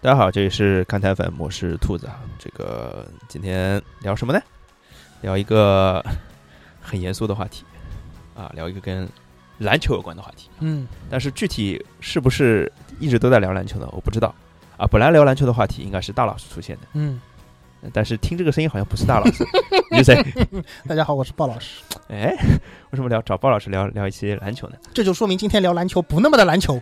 大家好，这里是看台粉，我是兔子啊。这个今天聊什么呢？聊一个很严肃的话题啊，聊一个跟篮球有关的话题。啊嗯，但是具体是不是一直都在聊篮球呢？我不知道啊。本来聊篮球的话题应该是大老师出现嗯，的，但是听这个声音好像不是大老师，你是谁？大家好，我是鲍老师。哎， 为什么聊找鲍老师聊聊一些篮球呢？ 这就说明今天聊篮球不那么的篮球，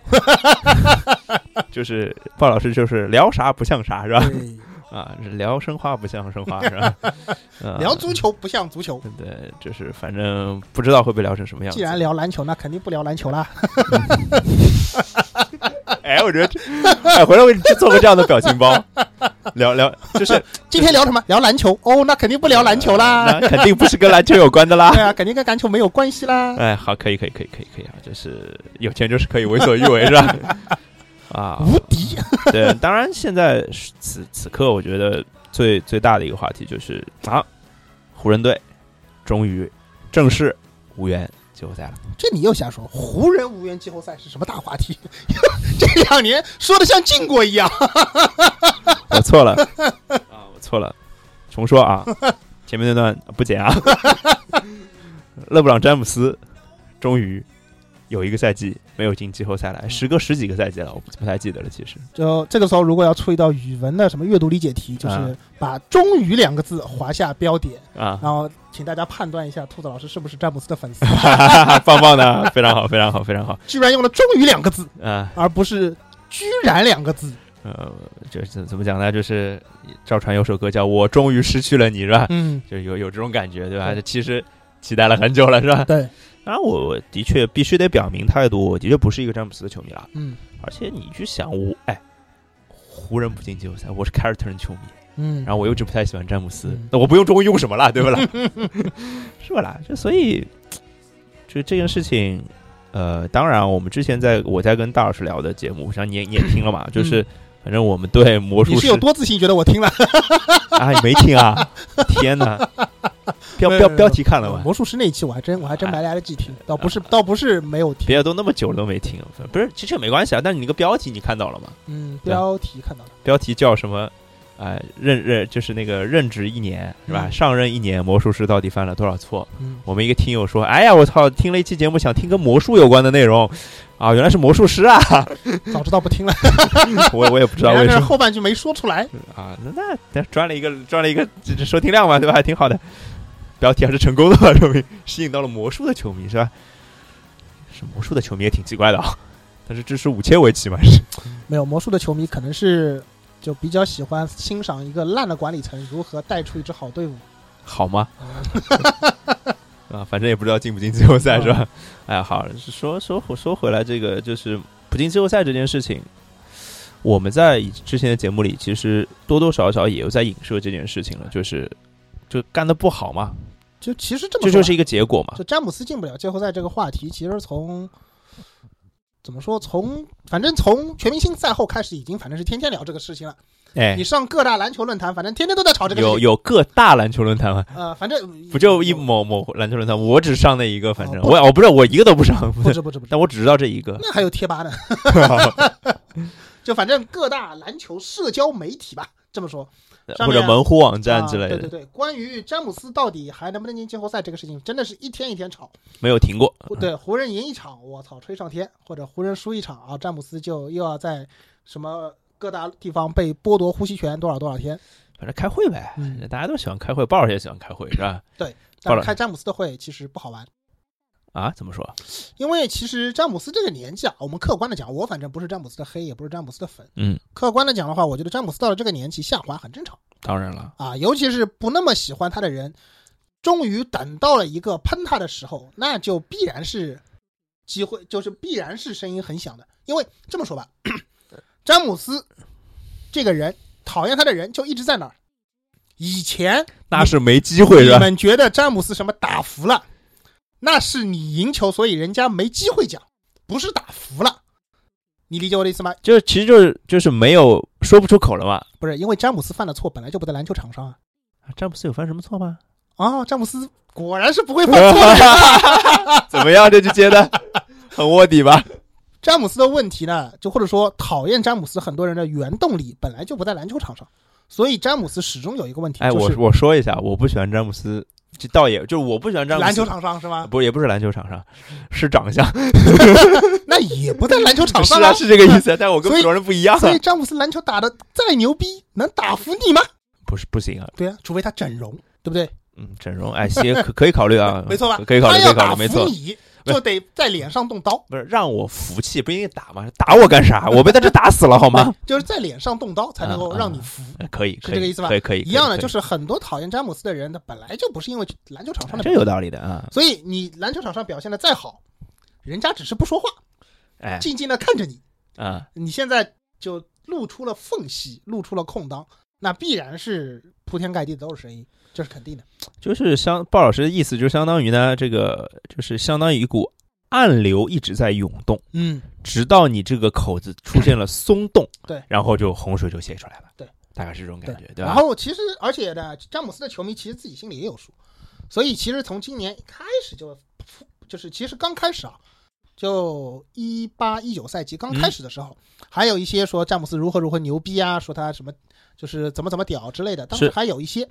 就是鲍老师就是聊啥不像啥是 吧？对啊，聊申花不像申花 是吧？啊聊足球不像足球。对，就是反正不知道会被聊成什么样子。既然聊篮球，那肯定不聊篮球啦。 哎，我觉得这，哎，回来我给你做个这样的表情包，聊聊，就是今天聊什么？聊篮球哦，那肯定不聊篮球啦。那肯定不是跟篮球有关的啦对。啊，肯定跟篮球没有关系啦。哎，好，可以，可以，可以，可以，可以啊，就是有钱就是可以为所欲为，是吧？ 啊，无敌，对，当然现在是此此刻，我觉得最最大的一个话题就是啊，湖人队终于正式无缘季后赛了。这你又瞎说。湖人无缘季后赛是什么大话题？ 这两年说的像晋国一样。我错了啊，我错了，重说啊，前面那段不剪啊。 勒布朗·詹姆斯终于有一个赛季没有进季后赛来，时隔十几个赛季了，我不不太记得了。其实就这个时候，如果要出一道语文的什么阅读理解题，就是啊把“终于”两个字划下标点，啊， 然后请大家判断一下兔子老师是不是詹姆斯的粉丝。棒棒的，啊非常好，非常好，非常好居然用了“终于”两个字，啊。而不是“居然”两个字。呃，就是怎么讲呢？就是赵传有首歌叫《我终于失去了你》，是吧？嗯，就有有这种感觉，对吧？对其实期待了很久了，是吧？对， 当然，我我的确必须得表明态度，我的确不是一个詹姆斯的球迷了。嗯而且你去想我，哎，湖人不进季后赛，我是凯尔特人球迷，嗯，然后我又一直不太喜欢詹姆斯嗯，那我不用中国用什么了， 对不啦？是不啦？就所以，就这件事情，呃，当然我们之前在我在跟大老师聊的节目，我想你也你也听了嘛，嗯就是。反正我们对魔你术是师 有多自信？觉得我听了啊，你没听啊？天 哪！标没标有没有标题看了吗？ 魔术师那一期，我还真我还真没来得及听，倒不是倒不是没有听，哎别的都那么久了都没听，不是，其实也没关系啊。但是你那个标题你看到了吗？嗯，标题看到了，标题叫什么？啊、任任就是那个任职一年是吧？嗯上任一年，魔术师到底犯了多少错？嗯，我们一个听友说：“哎呀，我操，听了一期节目，想听跟魔术有关的内容，啊，原来是魔术师啊！ 早知道不听了，我我也不知道原来为这什是么后半句没说出来，啊，那那那赚了一个赚了一个这这收听量嘛，对吧？还挺好的，标题还是成功的嘛，说明吸引到了魔术的球迷是吧？是魔术的球迷也挺奇怪的啊，他是支持五千围棋嘛？是没有魔术的球迷可能是就比较喜欢欣赏一个烂的管理层如何带出一支好队伍，好吗？啊，反正也不知道进不进季后嗯赛是吧？哎呀，好，说说回说回来，这个就是不进季后赛这件事情，我们在以之前的节目里其实多多少少也有在影射这件事情了，就是就干的不好嘛， 就其实这么这说就吧是一个结果嘛。就詹姆斯进不了季后赛这个话题，其实从怎么说，从反正从全明星赛后开始，已经反正是天天聊这个事情了。哎你，上各大篮球论坛，反正天天都在吵这个事有情。有各大篮球论坛吗？呃，反正不就一不某某篮球论坛，我只上那一个，反正哦不我我不是我一个都不上，不不是，止不止不 止，但我只知道这一个。那还有贴吧呢。就反正各大篮球社交媒体吧，这么说，上面或者门户网站之类啊对对的，对，关于詹姆斯到底还能不能进季后赛这个事情，真的是一天一天吵。没有停过。对，湖人赢一场，我操，吹上天；或者湖人输一场啊，詹姆斯就又要在什么各大地方被剥夺呼吸权多少多少天。反正开会呗，嗯大家都喜欢开会，鲍老师也喜欢开会，是吧？但好是了开詹姆斯的会其实不好玩，啊，怎么说？因为其实詹姆斯这个年纪啊，我们客观的讲，我反正不是詹姆斯的黑，也不是詹姆斯的粉。嗯，客观的讲的话，我觉得詹姆斯到了这个年纪下滑很正常当然了，啊，尤其是不那么喜欢他的人，终于等到了一个喷他的时候，那就必然是机会，就是必然是声音很响的。因为这么说吧，詹姆斯这个人，讨厌他的人就一直在那儿。以前那是没机会你是吧？们觉得詹姆斯什么打服了？那是你赢球，所以人家没机会讲，不是打服了。你理解我的意思吗？就是其实就是就是没有说不出口了嘛。不是，因为詹姆斯犯的错本来就不在篮球场上啊。詹姆斯有犯什么错 吗？哦，詹姆斯果然是不会犯错的人。 怎么样？这句接的很卧底吧？詹姆斯的问题呢，就或者说讨厌詹姆斯很多人的原动力本来就不在篮球场上，所以詹姆斯始终有一个问题，哎，就我是我说一下，我不喜欢詹姆斯，这倒也就是我不喜欢詹姆斯篮球场上是吗？不也不是篮球场上，是长相， 那也不在篮球 场是上啊啊。是这个意 思，但我跟所以普通人不一样所啊以，詹姆斯篮球打的再牛逼，能打服你吗？不是不行啊，对啊，除非他整容，对不对？，嗯，整容哎，行，可可以考虑啊没错吧可以考虑，他可要以考打虑，没服错，你，就得在脸上动刀，不是让我服气，不一定打嘛，打我干啥？我被他这打死了好 吗？就是在脸上动刀才能够让你服。哎可以，可以这个意思吧可以可以，可以一样的，可以就是很多讨厌詹姆斯的人，他本来就不是因为篮球场上的这有道理的啊，所以你篮球场上表现的再好，人家只是不说话，哎静静的看着你。啊，你现在就露出了缝隙，露出了空当，那必然是铺天盖地的都是声音，这是肯定的。就是相鲍老师的意思，就相当于呢，这个就是相当于一股暗流一直在涌动。嗯，，直到你这个口子出现了松动对然后就洪水就泄出来了，对，大概是这种感对觉，对吧？然后其实，而且呢，詹姆斯的球迷其实自己心里也有数，所以其实从今年一开始就，就是其实刚开始啊，就一八一九赛季刚开始的时候，嗯还有一些说詹姆斯如何如何牛逼啊，说他什么就是怎么怎么屌之类的，当时是还有一些。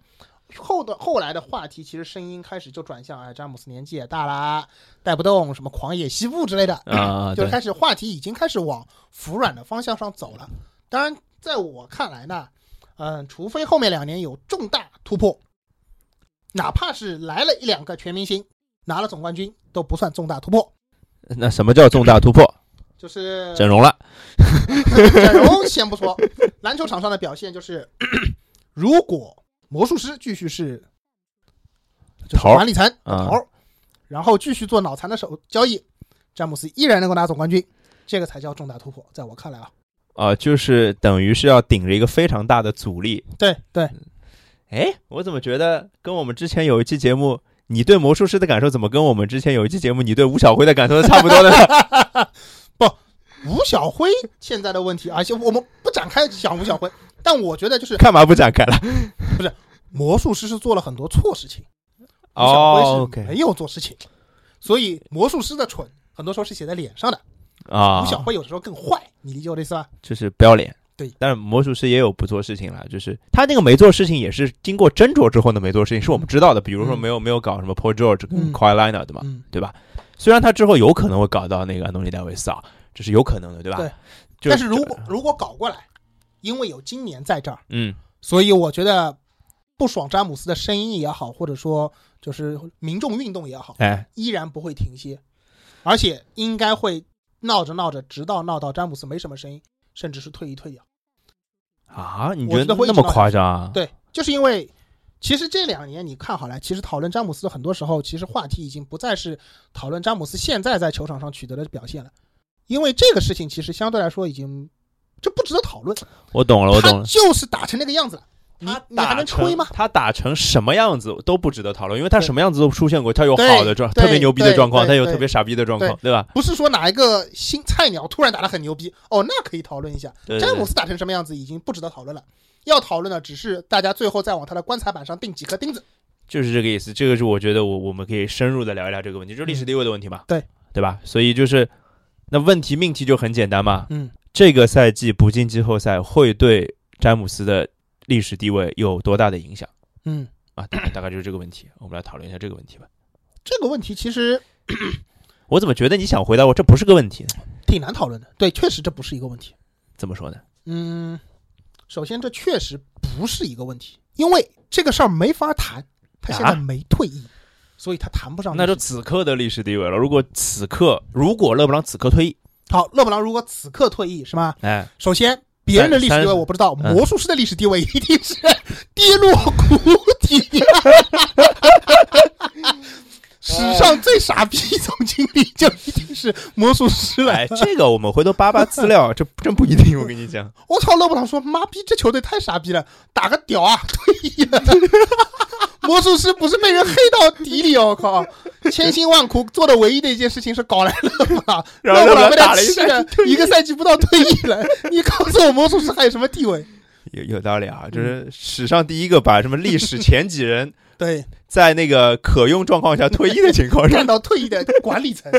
后的后来的话题，其实声音开始就转向，哎，詹姆斯年纪也大啦，带不动什么狂野西部之类的， 啊，就对是，开始话题已经开始往服软的方向上走了。当然，在我看来呢，嗯，除非后面两年有重大突破，哪怕是来了一两个全明星拿了总冠军，都不算重大突破。那什么叫重大突破？就是 整容了，整容先不说，篮球场上的表现就是， 如果魔术师继续是头管儿理层的啊头儿，然后继续做脑残的手交易，詹姆斯依然能够拿总冠军，这个才叫重大突破。在我看来啊，啊，就是等于是要顶着一个非常大的阻力。对对，哎，我怎么觉得跟我们之前有一期节目，你对魔术师的感受怎么跟我们之前有一期节目你对吴晓辉的感受是差不多的呢？ 吴晓辉现在的问题，而且我们不展开讲吴晓辉， 但我觉得就是干嘛不展开了？魔术师是做了很多错事情，吴晓哦辉是哎，OK，没有做事情，所以魔术师的蠢很多时候是写在脸上的，啊吴，晓辉有的时候更坏，你理解我的意思吧？就是不要脸。对，但是魔术师也有不做事情了，就是他那个没做事情也是经过斟酌之后的没做事情，是我们知道的。比如说嗯没有、没有搞什么 Paul George 嗯跟 k a w i l i n a 对吧？嗯，对吧？虽然他之后有可能会搞到那个安东尼戴维斯啊，这是有可能的，对吧？对就但是如果如果搞过来，因为有今年在这儿，嗯，所以我觉得不爽詹姆斯的声音也好，或者说就是民众运动也好，哎，依然不会停歇，而且应该会闹着闹着，直到闹到詹姆斯没什么声音，甚至是退一退掉。啊，你我觉觉得得会一直那么夸张啊？对，就是因为其实这两年你看好了，其实讨论詹姆斯的很多时候，其实话题已经不再是讨论詹姆斯现在在球场上取得的表现了，因为这个事情其实相对来说已经就不值得讨论，我懂哦了，我懂他了。就是打成那个样子了，你他你还打能吹成吗？他打成什么样子都不值得讨论，因为他对什么样子都出现过，他有对好的状，对特别牛逼的对状况，对他有对特别傻逼的状况，对吧？不是说哪一个新菜鸟突然打得很牛逼哦，那可以讨论一下。对对詹对姆斯打成什么样子已经不值得讨论了，要讨论的只是大家最后再往他的棺材板上钉几颗钉子。就是这个意思。这个是我觉得我我们可以深入的聊一聊这个问题，就是历史地位的问题嘛，嗯对对吧？所以就是那问题命题就很简单嘛，嗯，这个赛季不进季后赛会对詹姆斯的历史地位有多大的影响嗯，啊？大大概就是这个问题，我们来讨论一下这个问题吧。这个问题其实我怎么觉得你想回答我这不是个问题呢？挺难讨论的。对，确实这不是一个问题。怎么说呢？嗯，首先这确实不是一个问题，因为这个事儿没法谈，他现在啊没退役，所以他谈不上那历就史。此刻的历史地位了。如果此刻，如果勒布朗此刻退役，好，勒布朗如果此刻退役是吗？哎，首先，别人的历史地位三我不知道，嗯魔术师的历史地位一定是跌落谷底，啊 史上最傻逼总经理就一定是魔术师了哎，。这个我们回头扒扒资料，这真不一定。我跟你讲，我操，勒布朗说：“妈逼，这球队太傻逼了，打个屌啊，退役了。” 魔术师不是被人黑到底里哦，我靠！千辛万苦做的唯一的一件事情是搞来勒布朗，然后勒布勒朗被布朗他打了一气赛季的一个赛季不到退役了。你告诉我，魔术师还有什么地位？有有道理啊，嗯就是史上第一个把什么历史前几 人对，在那个可用状 况下退役的情况干 下，到退役的管理层。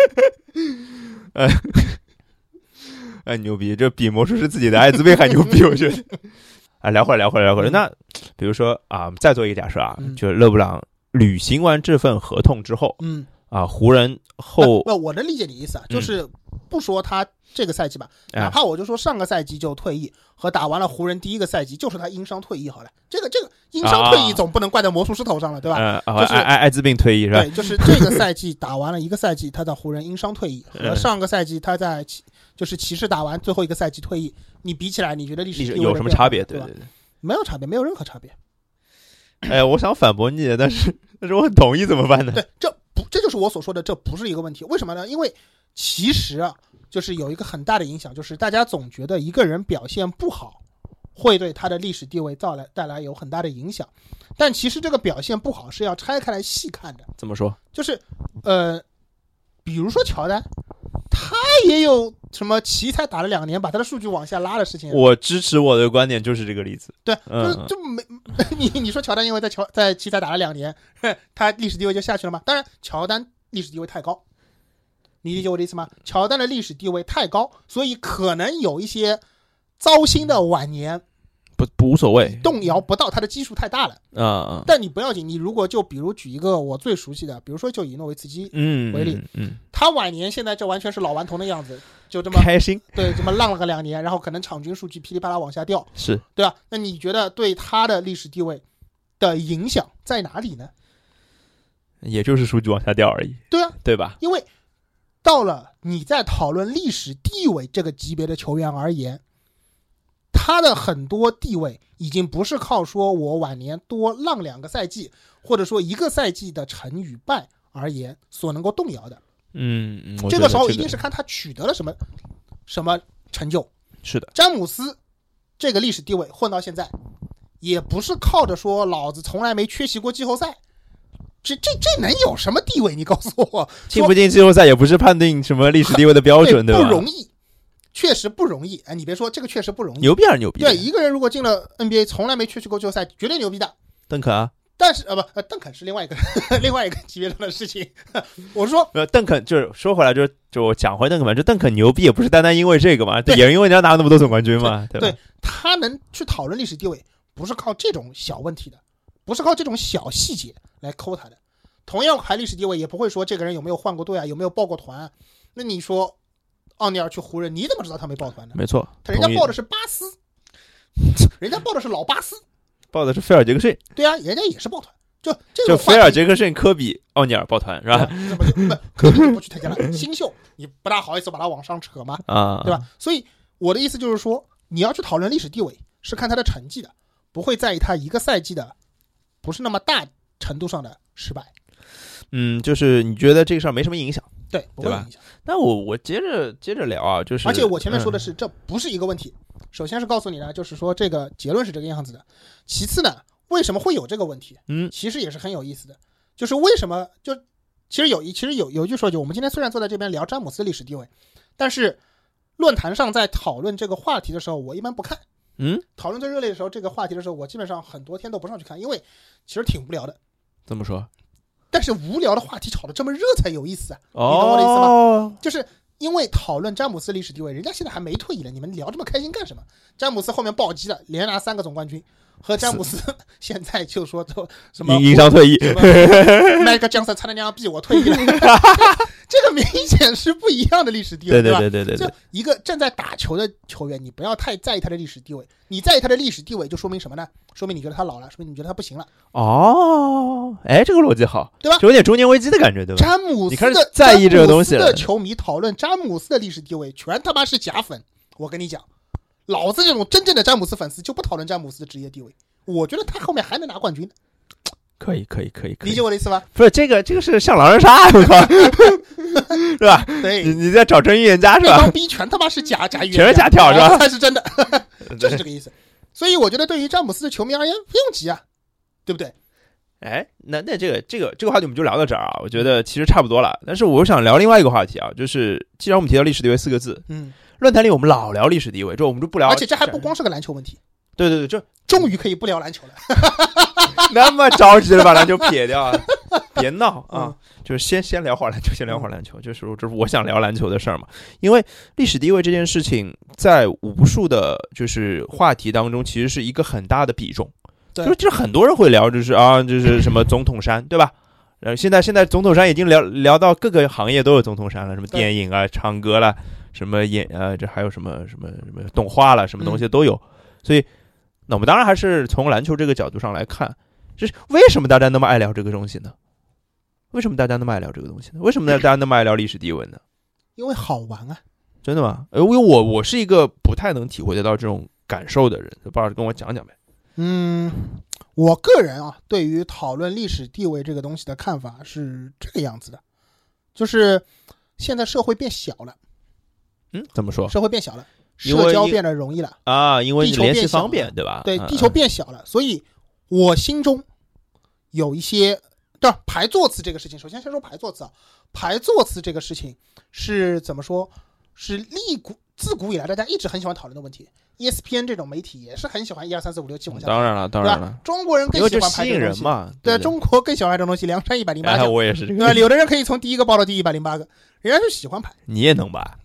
呃，哎，牛逼！这比魔术师自己的艾滋病还牛逼，我觉得。啊，聊会儿，聊会儿，聊会儿。嗯那比如说啊，再做一个假设啊，嗯就是勒布朗履行完这份合同之后嗯，啊，湖人后嗯不，不我能理解你的意思啊，就是不说他这个赛季吧，哎哪怕我就说上个赛季就退役和打完了湖人第一个赛季，就是他因伤退役好了。这个这个因伤退役啊总不能怪在魔术师头上了，对吧？呃，啊就是艾艾艾滋病退役是吧？对，就是这个赛季打完了一个赛季，他在湖人因伤退役，和嗯上个赛季他在骑就是骑士打完最后一个赛季退役，你比起来，你觉得历史历史地位有的什么变化差别？对对吧对？对。没有差别，没有任何差别。哎，我想反驳你，但是但是我很同意，怎么办呢？对，这不，这就是我所说的，这不是一个问题。为什么呢？因为其实啊，就是有一个很大的影响，就是大家总觉得一个人表现不好，会对他的历史地位带来带来有很大的影响。但其实这个表现不好是要拆开来细看的，怎么说？就是呃，比如说乔丹，他也有什么奇才打了两年，把他的数据往下拉的事情啊。我支持我的观点就是这个例子。对，嗯就是就没 你你说乔丹因为在乔在奇才打了两年， 他历史地位就下去了吗？当然，乔丹历史地位太高，你理解我的意思吗？乔丹的历史地位太高，所以可能有一些糟心的晚年不不无所谓。动摇不到他的基数太大了。啊啊但你不要紧，你如果就比如举一个我最熟悉的，比如说就以诺维茨基，嗯，为例嗯，他晚年现在就完全是老顽童的样子，就这 嗯么开心对这么浪了个两年，然后可能场均数据噼里啪啦往下掉，是对吧？那你觉得对他的历史地位的影响在哪里呢？也就是数据往下掉而已，对啊，对吧？因为到了你在讨论历史地位这个级别的球员而言，他的很多地位已经不是靠说我晚年多浪两个赛季，或者说一个赛季的成与败而言所能够动摇的。嗯，嗯我这觉个得时候这一定是看他取得了什么什么成就。是的，詹姆斯这个历史地位混到现在，也不是靠着说老子从来没缺席过季后赛，这这这能有什么地位？你告诉我，进说不进季后赛也不是判定什么历史地位的标准，对吧？不容易，确实不容易。哎，你别说，这个确实不容易。牛逼还是牛逼？对，一个人如果进了 NBA，从来没缺席过季后赛，绝对牛逼的。邓肯啊，但是呃不，呃邓肯是另外一个 另外一个级别上的事情。 我是说，呃，邓肯就是说回来就是就我讲回邓肯嘛，就邓肯牛逼也不是单单因为这个嘛，对也是因为人家拿了那么多总冠军嘛，对吧对？他能去讨论历史地位，不是靠这种小问题的，不是靠这种小细节来抠他的。同样排历史地位，也不会说这个人有没有换过队啊，有没有抱过团啊。那你说奥尼尔去湖人，你怎么知道他没抱团呢？没错，他人家同意抱的是巴斯， 人家抱的是老巴斯，报的是菲尔杰克逊，对啊，人家也是抱团。就这就种菲话尔啊题杰克逊、科比、奥尼尔抱团是吧？怎么就不可能就不去参加了？ 新秀，你不大好意思把它往上扯吗？啊，对吧？？所以我的意思就是说，你要去讨论历史地位，是看他的成绩的，不会在意他一个赛季的不是那么大程度上的失败，嗯，就是你觉得这个事儿没什么影响，对，不会对吧影响。那我我接着接着聊啊，就是而且我前面说的嗯是，这不是一个问题。首先是告诉你呢，就是说这个结论是这个样子的。其次呢，为什么会有这个问题？嗯其实也是很有意思的，就是为什么就其实有一其实有有一句说句，我们今天虽然坐在这边聊詹姆斯历史地位，但是论坛上在讨论这个话题的时候，我一般不看。嗯，讨论最热烈的时候，这个话题的时候，我基本上很多天都不上去看，因为其实挺无聊的。怎么说？但是无聊的话题炒得这么热才有意思啊！我的意思吗哦，就是因为讨论詹姆斯历史地位，人家现在还没退役呢，你们聊这么开心干什么？詹姆斯后面暴击了，连拿三个总冠军，和詹姆斯 现在就说都什么因因伤退役，什么 Magic Johnson 差点娘逼我退役了， 这个明显是不一样的历史地位，对吧？对对对就对，一个正在打球的球员，你不要太在意他的历史地位。你在意他的历史地位，就说明什么呢？说明你觉得他老了，说明你觉得他不行了。哦，哎，这个逻辑好，对吧就有点中年危机的感觉，对吧？詹姆斯你开始的在意这个东西了詹姆斯的球迷讨论詹姆斯的历史地位，全他妈是假粉。我跟你讲，老子这种真正的詹姆斯粉丝就不讨论詹姆斯的职业地位。我觉得他后面还能拿冠军，可以可以可以可理以解，我的意思吧？不是这个这个是像狼人杀，我靠， 是吧？你对，你在找真预言家是这帮吧？逼全他妈是假假预言，全 是假跳是吧才是真的，就对是这个意思。所以我觉得对于詹姆斯的球迷而言，不用急啊，对不对？哎，那那这个这个这个话题我们就聊到这儿啊，我觉得其实差不多了。但是我想聊另外一个话题啊，就是既然我们提到历史地位四个字，嗯，论坛里我们老聊历史地位，这我们就不聊。而且这还不光是个篮球问题，对对对，就啊终于可以不聊篮球了。 那么着急的把篮球撇掉啊！别闹嗯啊！就是先先聊会儿篮球，先聊会儿篮球，就是这是我想聊篮球的事儿嘛。因为历史地位这件事情，在无数的就是话题当中，其实是一个很大的比重。对就是就是很多人会聊，就是啊，就是什么总统山，对吧？然后现在现在总统山已经聊聊到各个行业都有总统山了，什么对电影啊、唱歌啦，什么演呃，这还有什么什么什么动画啦，什么东嗯西都有。所以，那我们当然还是从篮球这个角度上来看，就是为什么大家那么爱聊这个东西呢？为什么大家那么爱聊这个东西呢？为什么大家那么爱聊历史地位呢？因为好玩啊，真的吗？呃，因为我我是一个不太能体会得到这种感受的人，鲍老师跟我讲讲呗。嗯，我个人啊，对于讨论历史地位这个东西的看法是这个样子的，就是现在社会变小了，嗯，怎么说社会变小了，因为社交一变得容易了，啊？因为地你球联变系小方便了，对吧？对，嗯地球嗯变小了，所以我心中有一些，对吧？排座次这个事情，首先先说排座次啊，排座次这个事情是怎么说？是历古自古以来大家一直很喜欢讨论的问题。ESPN E 这种媒体也是很喜欢一二三四五六七往下嗯排，当然了，当然了，中国人因更为喜这欢排吸引这个东人西。嘛。对不中国更喜欢排这种东西，梁山一百零八哎，将，我也是这对吧？个，有的人可以从第一个报到第一百零八个，人家就喜欢排。你也能吧？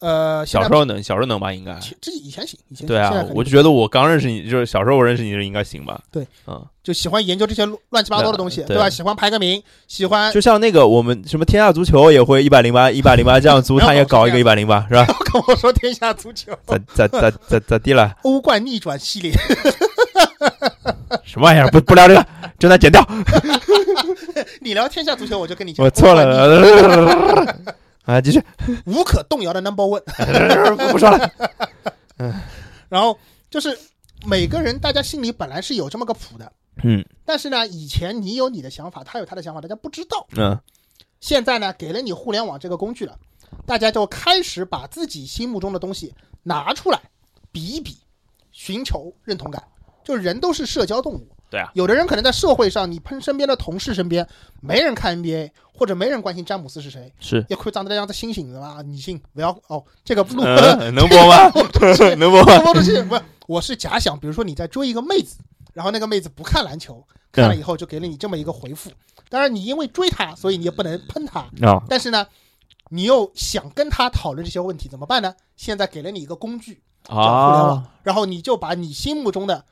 呃，现小在时候能，小时候能吧？应该。其这以前行，以前行对现在啊可，能我就觉得我刚认识你，就是小时候我认识你就应该行吧？对，嗯，就喜欢研究这些乱乱七八糟的东西，对啊对吧？喜欢排个名，喜欢就像那个我们什么天下足球也会一百零八一百零八，这样足坛也搞一个一百零八，是吧？ 跟我说天下足球咋咋咋咋咋地了？欧冠逆转系列，什么玩意儿？不不聊这个，真的剪掉，你聊天下足球，我就跟你讲，我错了。 啊，继续，无可动摇的 number one。 不说了。然后就是每个人大家心里本来是有这么个谱的，嗯但是呢，以前你有你的想法，他有他的想法，大家不知道。嗯，现在呢，给了你互联网这个工具了，大家就开始把自己心目中的东西拿出来比一比，寻求认同感。就是人都是社交动物，对啊，有的人可能在社会上，你碰身边的同事身边没人看 NBA，或者没人关心詹姆斯是谁，是。也可以长得这样的星星的吧？你信不要哦，这个录嗯，能播吗？ 能播吗？播的是 不是？我是假想，比如说你在追一个妹子，然后那个妹子不看篮球，看了以后就给了你这么一个回复。当然，你因为追她，所以你也不能喷她，啊，但是呢，你又想跟她讨论这些问题，怎么办呢？现在给了你一个工具，互联网啊，然后你就把你心目中的，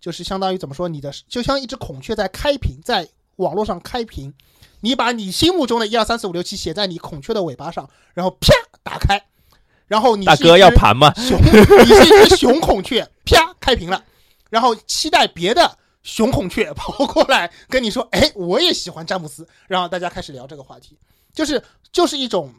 就是相当于怎么说，你的就像一只孔雀在开屏，在网络上开屏，你把你心目中的一二三四五六七写在你孔雀的尾巴上，然后啪打开，然后你大是一哥要只盘吗？熊，你是一只雄孔雀，啪开屏了，然后期待别的雄孔雀 跑过来跟你说，哎，我也喜欢詹姆斯，然后大家开始聊这个话题，就是就是一种，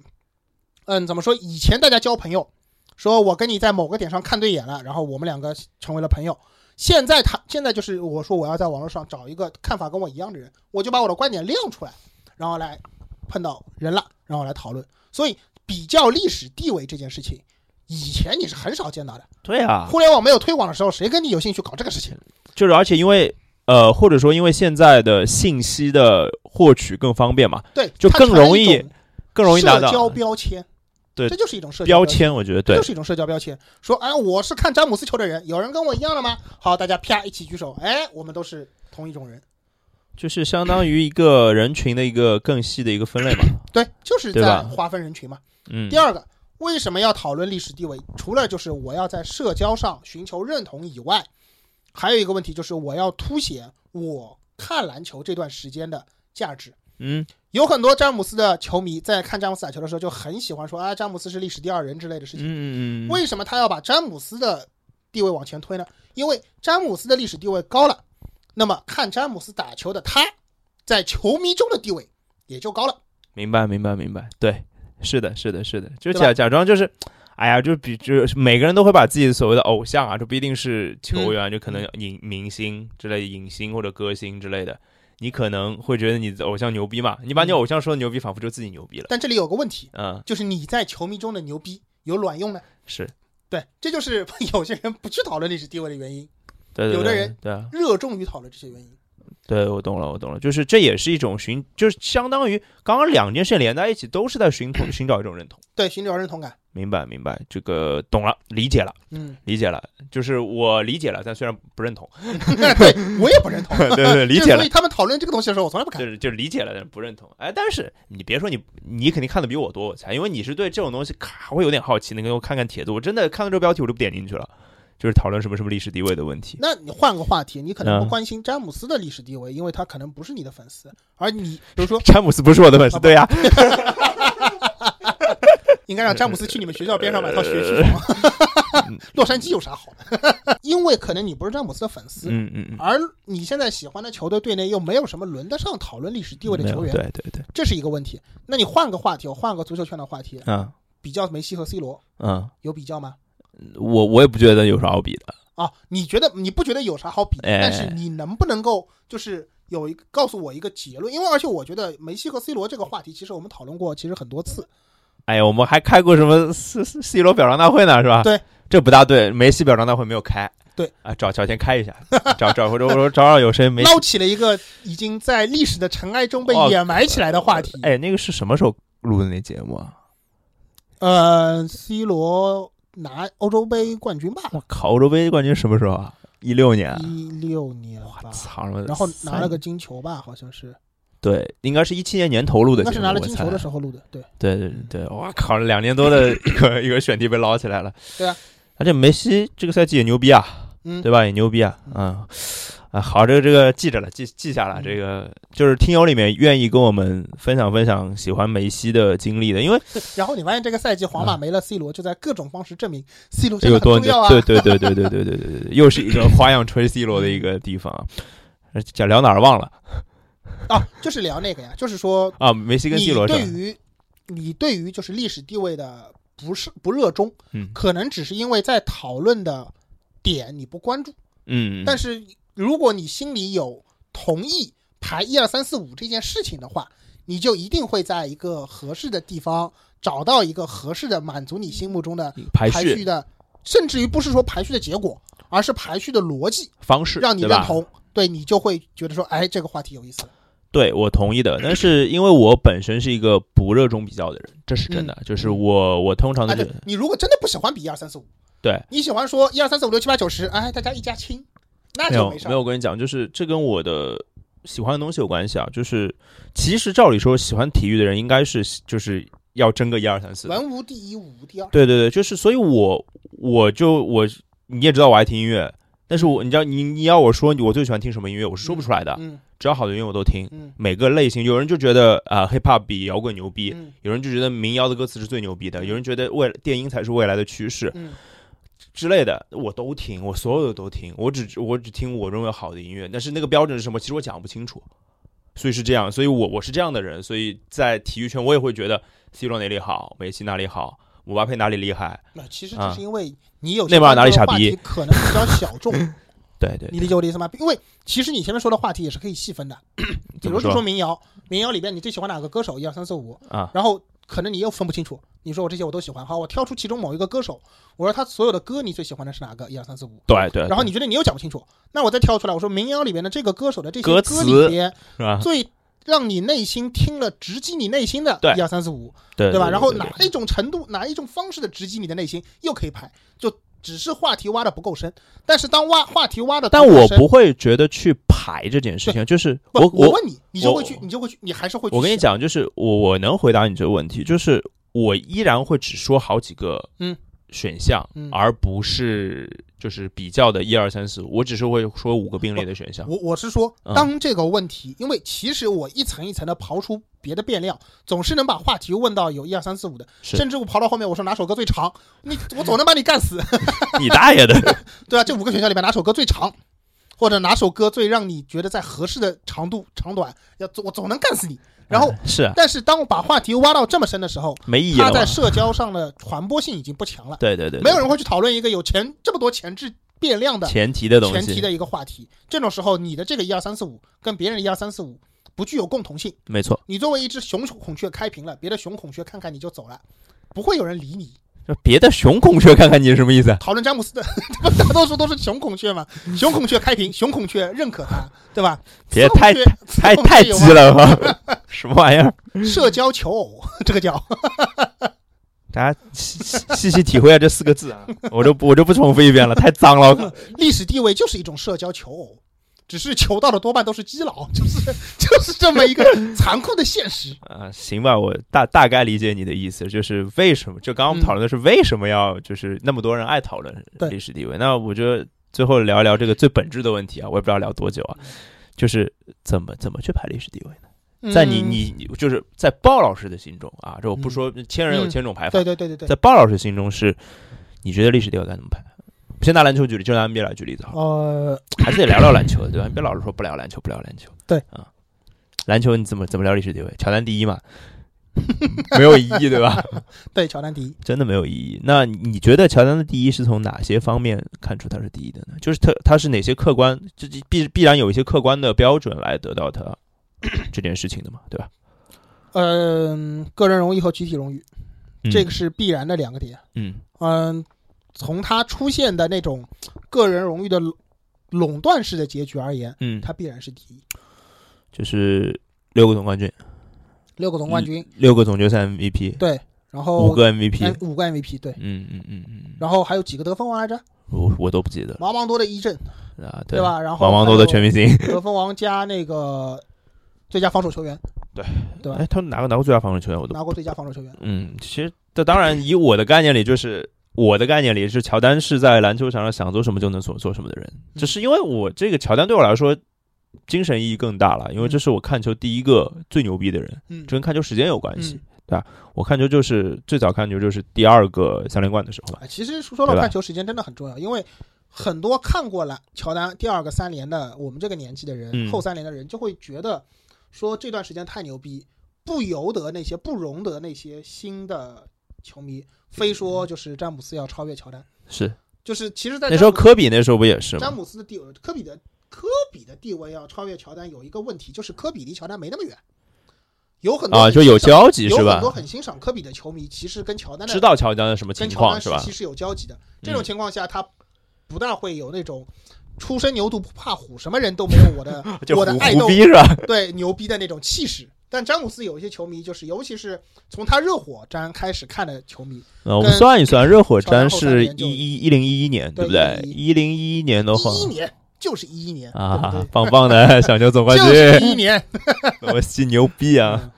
嗯，怎么说？以前大家交朋友，说我跟你在某个点上看对眼了，然后我们两个成为了朋友。现在他现在就是我说我要在网络上找一个看法跟我一样的人，我就把我的观点亮出来，然后来碰到人了，然后来讨论。所以比较历史地位这件事情，以前你是很少见到的。对啊，嗯互联网没有推广的时候，谁跟你有兴趣搞这个事情？就是而且因为呃，或者说因为现在的信息的获取更方便嘛，对，就它更传了容一易种更容易拿社交到标签，对这就是一种社交标标签。签，我觉得这对就，是一种社交标签，说哎，我是看詹姆斯球的人，有人跟我一样的吗？好，大家啪一起举手，哎，我们都是同一种人，就是相当于一个人群的一个更细的一个分类嘛，对，就是对在吧划分人群嘛。嗯第，二个，为什么要讨论历史地位？除了就是我要在社交上寻求认同以外，还有一个问题就是我要凸显我看篮球这段时间的价值。嗯，有很多詹姆斯的球迷在看詹姆斯打球的时候就很喜欢说啊，詹姆斯是历史第二人之类的事嗯情。嗯嗯，为什么他要把詹姆斯的地位往前推呢？因为詹姆斯的历史地位高了，那么看詹姆斯打球的他，在球迷中的地位也就高了。明白明白明白，对，是的是的是的，就对吧假假装就是。哎呀，就比就是每个人都会把自己所谓的偶像啊，这不一定是球嗯员，就可能影明星之类的影星或者歌星之类的，你可能会觉得你的偶像牛逼嘛，你把你嗯偶像说的牛逼，仿佛就自己牛逼了，但这里有个问题，嗯，就是你在球迷中的牛逼有卵用呢？是，对，这就是 有些人不去讨论历史地位的原因，对对对，有的人对啊，热衷于讨论这些原因。对，我懂了，我懂了，就是这也是一种寻，就是相当于刚刚两件事连在一起，都是在寻同寻找一种认同。对，寻找认同感。明白，明白，这个懂了，理解了，嗯， 理解了，就是我理解了，但虽然不认同，对我也不认同。对对，理解所了以，他们讨论这个东西的时候，我从来不看就。是就是理解了，但是不认同。哎，但是你别说你，你肯定看的比我多，我猜，因为你是对这种东西，咔，我有点好奇，能给我看看帖子。我真的看到这个标题，我就不点进去了，就是讨论什么什么历史地位的问题。那你换个话题，你可能嗯不关心詹姆斯的历史地位，因为他可能不是你的粉丝，而你比如说，詹姆斯不是我的粉丝，对呀、应该让詹姆斯去你们学校边上买套学区 房。洛杉矶有啥好的？ 因为可能你不是詹姆斯的粉丝，嗯嗯嗯，而你现在喜欢的球队队内又没有什么轮得上讨论历史地位的没有球员，对对对，这是一个问题。那你换个话题，我换个足球圈的话题，嗯比较梅西和 C 罗嗯，有比较吗？我我也不觉得有啥好比的。啊，你觉得你不觉得有啥好比的？哎但是你能不能够就是有一个告诉我一个结论？因为而且我觉得梅西和 C 罗这个话题，其实我们讨论过其实很多次。哎呀，我们还开过什么 C C C 罗表彰大会呢，是吧？对，这不大对，梅西表彰大会没有开。对啊，找找先开一下，找找或者我说找找有谁没捞起了一个已经在历史的尘埃中被哎哦掩埋起来的话题。哎，那个是什么时候录的那节目啊？呃，C 罗拿欧洲杯冠军吧，我靠，欧洲杯冠军什么时候啊？一六年啊。一六年吧，操！然然后拿了个金球吧，好像是，对，应该是一七年年头录的节目，那是拿了金球的时候。候录的。对，对对对，我靠，两年多 的一个一个选题被捞起来了。对啊，而且梅西这个赛季也牛逼啊，嗯，对吧？也牛逼啊，嗯。啊，好，这个这个记着了，记记下了。嗯这个就是听友里面愿意跟我们分享分享喜欢梅西的经历的，因为对。然后你发现这个赛季皇马没了 C 罗，就在各种方式证明 C 罗嗯这真的个多很重要啊。对对对对对对对对对，又是一个花样吹 C 罗的一个地方啊。呃讲聊哪儿忘了啊，就是聊那个呀，就是说啊？梅西跟 C 罗你是吧对？于你对于就是历史地位的不是不热衷，嗯可能只是因为在讨论的点你不关注，嗯，但是如果你心里有同意排一二三四五这件事情的话，你就一定会在一个合适的地方找到一个合适的满足你心目中的排排序的，甚至于不是说排序的结果，而是排序的逻辑，方式，让你对认吧？同，对你就会觉得说，哎，这个话题有意思了。对我同意 的，但是因为我本身是一个不热衷比较的人，这是真的。就是我我通常嗯啊，都对是，你如果真的不喜欢比一二三四五，对你喜欢说一二三四五六七八九十，哎，大家一家亲，那没就有没事没儿。有，我跟你讲，就是这跟我的喜欢的东西有关系啊。就是其实照理说，喜欢体育的人应该是就是要争个一二三四的。文无第一，武无第二。对对对，就是所以我我就我你也知道我爱听音乐，但是我你知道你你要我说我最喜欢听什么音乐，我是说不出来的。嗯只要好的音乐我都听，嗯每个类型，有人就觉得啊、h i p hop 比摇滚牛逼，嗯有人就觉得民谣的歌词是最牛逼的，有人觉得未电音才是未来的趋势嗯之类的，我都听，我所有的都听，我只我只听我认为好的音乐，但是那个标准是什么，其实我讲不清楚，所以是这样，所以我我是这样的人，所以在体育圈我也会觉得 C 罗哪里好，梅西哪里好，姆巴佩哪里厉害，那其实啊只是因为你有内马尔哪里傻逼话题可能比较小 众，对对，你理解我的意思吗？因为其实你前面说的话题也是可以细分的，比怎如么就说民谣，民谣里边你最喜欢哪个歌手？一二三四五啊然后可能你又分不清楚。你说我这些我都喜欢，好，我挑出其中某一个歌手，我说他所有的歌你最喜欢的是哪个？一二三四五，对对，然后你觉得你又讲不清楚，那我再挑出来，我说民谣里边的这个歌手的这些歌歌词啊里边是吧？最让你内心听了直击你内心的对一二三四五，对对吧？然后对哪一种程度、哪一种方式的直击你的内心，又可以排，就只是话题挖的不够深。但是当挖话题挖的，但我不会觉得去排这件事情，就是不，我我问你，你就会去我，你就会去，你还是会去。我跟你，讲，就是我我能回答你这个问题，就是我依然会只说好几个嗯选项，嗯而不是就是比较的一二三四五，我只是会说五个并列的选项。我我是说，嗯当这个问题，因为其实我一层一层的刨出别的变量，总是能把话题问到有一二三四五的，是甚至我刨到后面，我说哪首歌最长，你我总能把你干死。 你大爷的！对啊，这五个选项里面哪首歌最长，或者哪首歌最让你觉得在合适的长度长短，要我总能干死你。 然后， 是啊但是当我把话题挖到这么深的时候，没意义它了在嘛。社交上的传播性已经不强了，对对 对，对没有人会去讨论一个有前这么多前置变量的前提的东前提西，的一个话题。这种时候，你的这个一二三四五跟别人的一二三四五不具有共同性。没错，你作为一只雄孔雀开屏了，别的雄孔雀看看你就走了，不会有人理你。就别的雄孔雀看看你是什么意思啊？讨论詹姆斯的， 他们大多数都是雄孔雀嘛，雄孔雀开屏，雄孔雀认可他，对吧？别雌孔太雀太雌孔雀太有啊鸡了吧？ 什么玩意儿？社交求偶， 这个叫大家细细细细体会一下这四个字 啊！我就不我就不重复一遍了，太脏了。我 靠历史地位就是一种社交求偶，只是求到的多半都是基佬， 就是就是这么一个残酷的现实。啊，行吧，我大大概理解你的意思，就是为什么？就刚刚我们讨论的是为什么要就是那么多人爱讨论对历史地位。那我觉得最后聊一聊这个最本质的问题啊，我也不知道聊多久啊，就是怎么怎么去排历史地位呢？在你嗯你你就是在鲍老师的心中啊，这我不说千人有嗯千种排法，对对对对对，在鲍老师心中是，你觉得历史地位该怎么排？先拿篮球举例，就拿 NBA 来举例子好了，呃，还是得聊聊篮球，对吧？你别老是说不聊篮球，不聊篮球。对啊，篮球你怎么怎么聊历史地位？乔丹第 一嘛，没有意义，对吧？ 对乔丹第一，真的没有意义。那你觉得乔丹的第一是从哪些方面看出他是第一的呢？就是他他是哪些客观，这这必必然有一些客观的标准来得到他这件事情的嘛，对吧？嗯、个人荣誉和集体荣誉，嗯这个是必然的两个点。嗯嗯、从他出现的那种个人荣誉的垄垄断式的结局而言，嗯，他必然是第一。就是六个总冠军，六个总冠军，六个总决赛 MVP，对然嗯后五个 MVP，哎五个 MVP，对，嗯嗯嗯嗯，然后还有几个得分王来着？我我都不记得茫茫多的一阵，了啊，对？吧？然后王王多的全明星，得分王加那个最佳防守球员，对吧哎，他们拿过拿过最佳防守球员，我都拿过最佳防守球员。嗯，其实这当然以我的概念里，就是我的概念里是乔丹是在篮球场上想做什么就能做做什么的人，只是因为我这个乔丹对我来说精神意义更大了，因为这是我看球第一个最牛逼的人，嗯这，跟看球时间有关系嗯。我看球就是最早看球就是第二个三连冠的时候吧，哎其实说到对吧看球时间真的很重要，因为很多看过了乔丹第二个三连的我们这个年纪的人，嗯后三连的人就会觉得说这段时间太牛逼，不由得那些不容得那些新的球迷非说就是詹姆斯要超越乔丹，是就是其实在那时候詹姆科比那时候不也是詹吗？姆斯的地位，科比的科比的地位要超越乔丹，有一个问题就是科比离乔丹没那么远，有很多啊，很就有欣赏交集是有很吧多？很欣赏科比的球迷，其实跟乔丹的知道乔丹的什么跟情乔况丹是时吧？期是有交集的。这嗯种情况下，他不大会有那种初生牛犊不怕虎，什么人都没有我的 就我的胡爱胡豆逼是吧？对牛逼的那种气势。但詹姆斯有一些球迷，就是尤其是从他热火詹开始看的球迷，呃，我们算一算，热火詹乔丹后是一三年就一一零一一年，对不对？一零一一年的话一一年就是一一年对不啊对，棒棒 的小牛总冠就是军，一一年， 我犀牛逼啊！嗯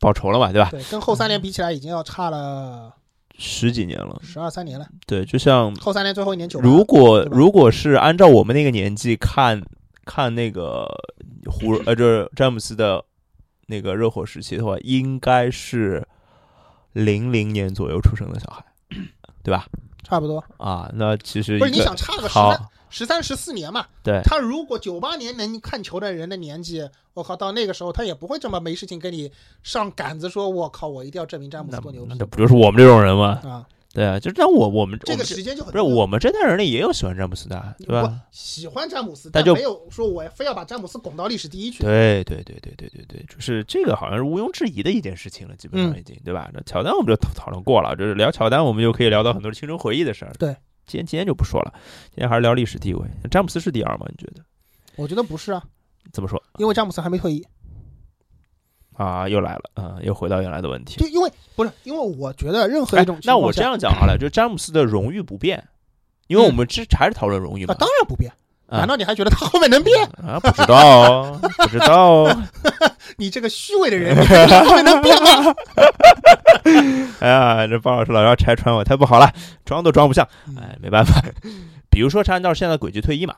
报仇了嘛，对吧？对，跟后三年比起来，已经要差了十几年了，十二三年了。对，就像后三年最后一年九八，如果对吧如果是按照我们那个年纪看看那个湖呃，就是詹姆斯的那个热火时期的话，应该是零零年左右出生的小孩，对吧？差不多啊，那其实不是一你个想差个十三好十三十四年嘛？对。他如果九八年能看球的人的年纪，我靠，到那个时候他也不会这么没事情跟你上杆子说，我靠，我一定要证明詹姆斯那多牛那逼这不就是我们这种人吗？啊！对啊，就是让我我们这我个们这时间就很不是重要我们这代人里也有喜欢詹姆斯的，啊对吧？我喜欢詹姆斯，但但就没有说我非要把詹姆斯拱到历史第一去。对对对对对对对，就是这个好像是毋庸置疑的一件事情了，基本嗯上已经、对吧？那乔丹我们就讨讨论过了，就是聊乔丹，我们就可以聊到很多青春回忆的事儿。对，今天今天就不说了，今天还是聊历史地位。那詹姆斯是第二吗？你觉得我觉得不是啊，怎么说因为詹姆斯还没退役，啊？又来了，嗯，又回到原来的问题。就因为不是因为我觉得任何哎一种情况下，嗯那我这样讲好了，就詹姆斯的荣誉不变，因为我们之还是讨论荣誉啊，嘛。当然不变。啊难道你还觉得他后面能变？啊，不知道哦，不知道哦。你这个虚伪 的人，你还觉得后面能变吗？哎呀，这包老师老要拆穿我，太不好了，装都装不像。嗯哎，没 办法。比如说是按照现在的轨迹退役嘛，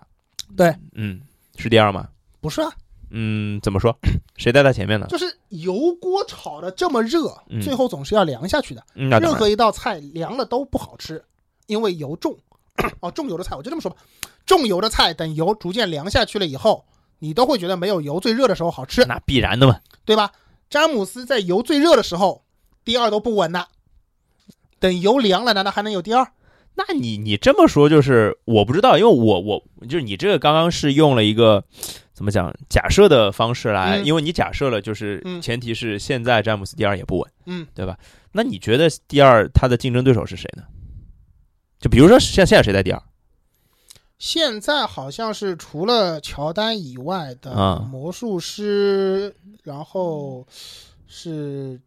对，嗯，是第二嘛，不是啊，嗯，怎么 说？谁在他前面呢？就是油锅炒的这么热嗯，最后总是要凉下去的。嗯那当任然何一道菜凉了都不好吃，因为油重。 哦，重油的菜，我就这么说吧，重油的菜等油逐渐凉下去了以后，你都会觉得没有油最热的时候好吃，那必然的嘛。对吧？詹姆斯在油最热的时候，第二都不稳呐。等油凉了，难道还能有第二？那你你这么说就是我不知道，因为我我就是你这个刚刚是用了一个怎么讲假设的方式来，嗯因为你假设了就是嗯前提是现在詹姆斯第二也不稳，嗯，对吧？那你觉得第二他的竞争对手是谁呢？就比如说像现在谁在第二？现在好像是除了乔丹以外的啊魔术师，然后是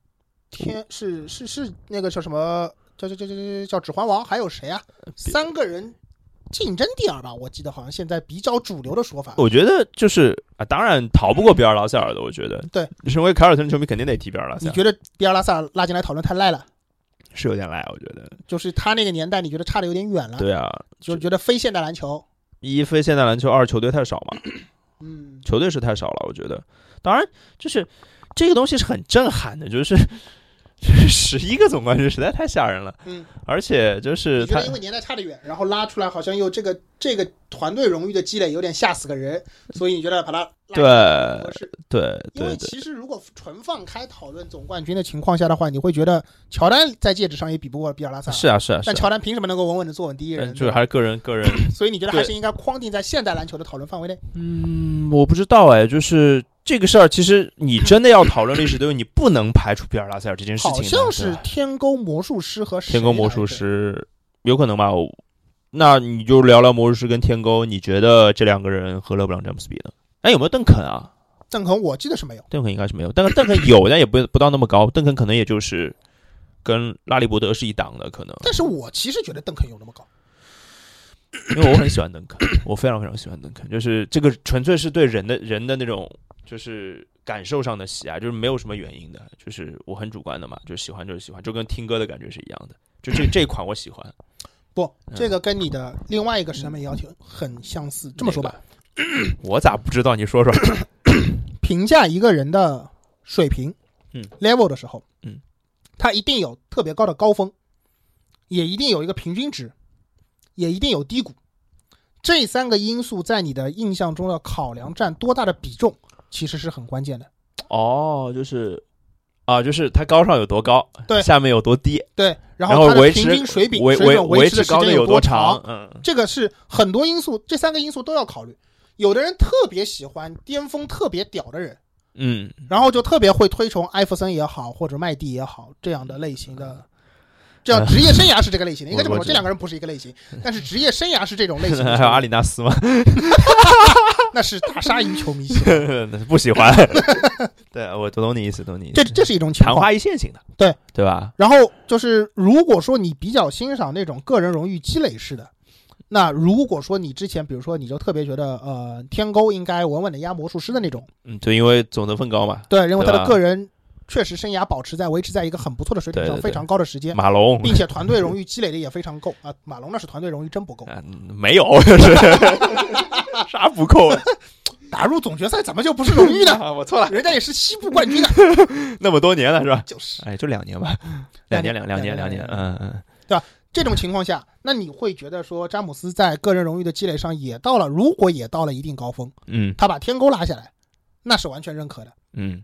天是是是那个叫什么叫叫叫叫叫叫指环王，还有谁啊？三个人竞争第二吧，我记得好像现在比较主流的说法。我觉得就是啊，当然逃不过比尔劳塞尔的，我觉得对，身为凯尔特人球迷肯定得提比尔劳塞你尔，觉得比尔拉萨拉进来讨论太赖了？是有点赖，我觉得就是他那个年代，你觉得差的有点远了，对啊，就是觉得非现代篮球，一非现代篮球，二球队太少 嘛，嗯，球队是太少了，我觉得。当然，就是这个东西是很震撼的，就是 十一个总冠军实在太吓人了。嗯，而且就是你觉他得因为年代差得远，然后拉出来好像又这个这个团队荣誉的积累有点吓死个人，所以你觉得把他拉对出来不合适？对因对为对其实如果纯放开讨论总冠军的情况下的话，你会觉得乔丹在戒指上也比不过比尔拉萨尔，是啊是啊是但啊，乔丹凭什么能够稳稳的坐稳第一但人？就是还是个人个人，所以你觉得还是应该框定在现代篮球的讨论范围内？嗯，我不知道哎，就是。这个事儿，其实你真的要讨论历史对位，你不能排除比尔拉塞尔这件事情好的。像对是吧天勾魔术师和谁天勾魔来着术，师，有可能吧？我那你就聊聊魔术师跟天勾，你觉得这两个人和勒布朗詹姆斯比呢？哎，有没有邓肯啊？邓肯我记得是没有。邓肯应该是没有，但是邓肯有，但也不不到那么高。邓肯可能也就是跟拉里伯德是一档的，可能，但是我其实觉得邓肯有那么高，因为我很喜欢邓肯，我非常非常喜欢邓肯，就是这个纯粹是对人的人的那种就是感受上的喜爱，就是没有什么原因的，就是我很主观的嘛，就喜欢就是喜欢，就跟听歌的感觉是一样的。就这这一款我喜欢，不，嗯这个跟你的另外一个审美要求很相似。这么说吧，哪个，我咋不知道？你说 说，评价一个人的水平，嗯，level 的时候，嗯，他一定有特别高的高峰，也一定有一个平均值，也一定有低谷。这三个因素在你的印象中的考量占多大的比重，其实是很关键的。哦，就是啊，就是它高上有多高，对下面有多低，对，然然后后它的维平持均水平维水维准维持持的时高间的有多长，长？嗯，这个是很多因素，这三个因素都要考虑。有的人特别喜欢巅峰特别屌的人，嗯，然后就特别会推崇艾弗森也好，或者麦蒂也好这样的类型的。这样职业生涯是这个类型的，应该这么嗯 我说，我这两个人不是一个类型，但是职业生涯是这种 类型的。嗯还有阿里纳斯吗？那是大鲨鱼球迷喜欢，不喜欢。 对，我懂你意思，懂你意这思。这是一种情昙况。花一现型的，对对吧？然后就是，如果说你比较欣赏那种个人荣誉积累式的，那如果说你之前，比如说你就特别觉得，呃，天勾应该稳稳的压魔术师的那种，嗯，对，因为总得分高嘛。对，认为他对的吧个人确实生涯保持在维持在一个很不错的水准对上，对非常高的时间，马龙 并且团队荣誉积累的也非常够啊。马龙那是团队荣誉真不够，啊、没有，就是 啥不够打入总决赛怎么就不是荣誉呢？啊 ？我错了，人家也是西部冠军啊，那么多年了是吧？就是哎，就两年吧，两年，年两两年，两两年年，嗯嗯。这种情况下，那你会觉得说詹姆斯在个人荣誉的积累上也到了，如果也到了一定高峰，嗯他把天勾拉下来，那是完全认可的。嗯，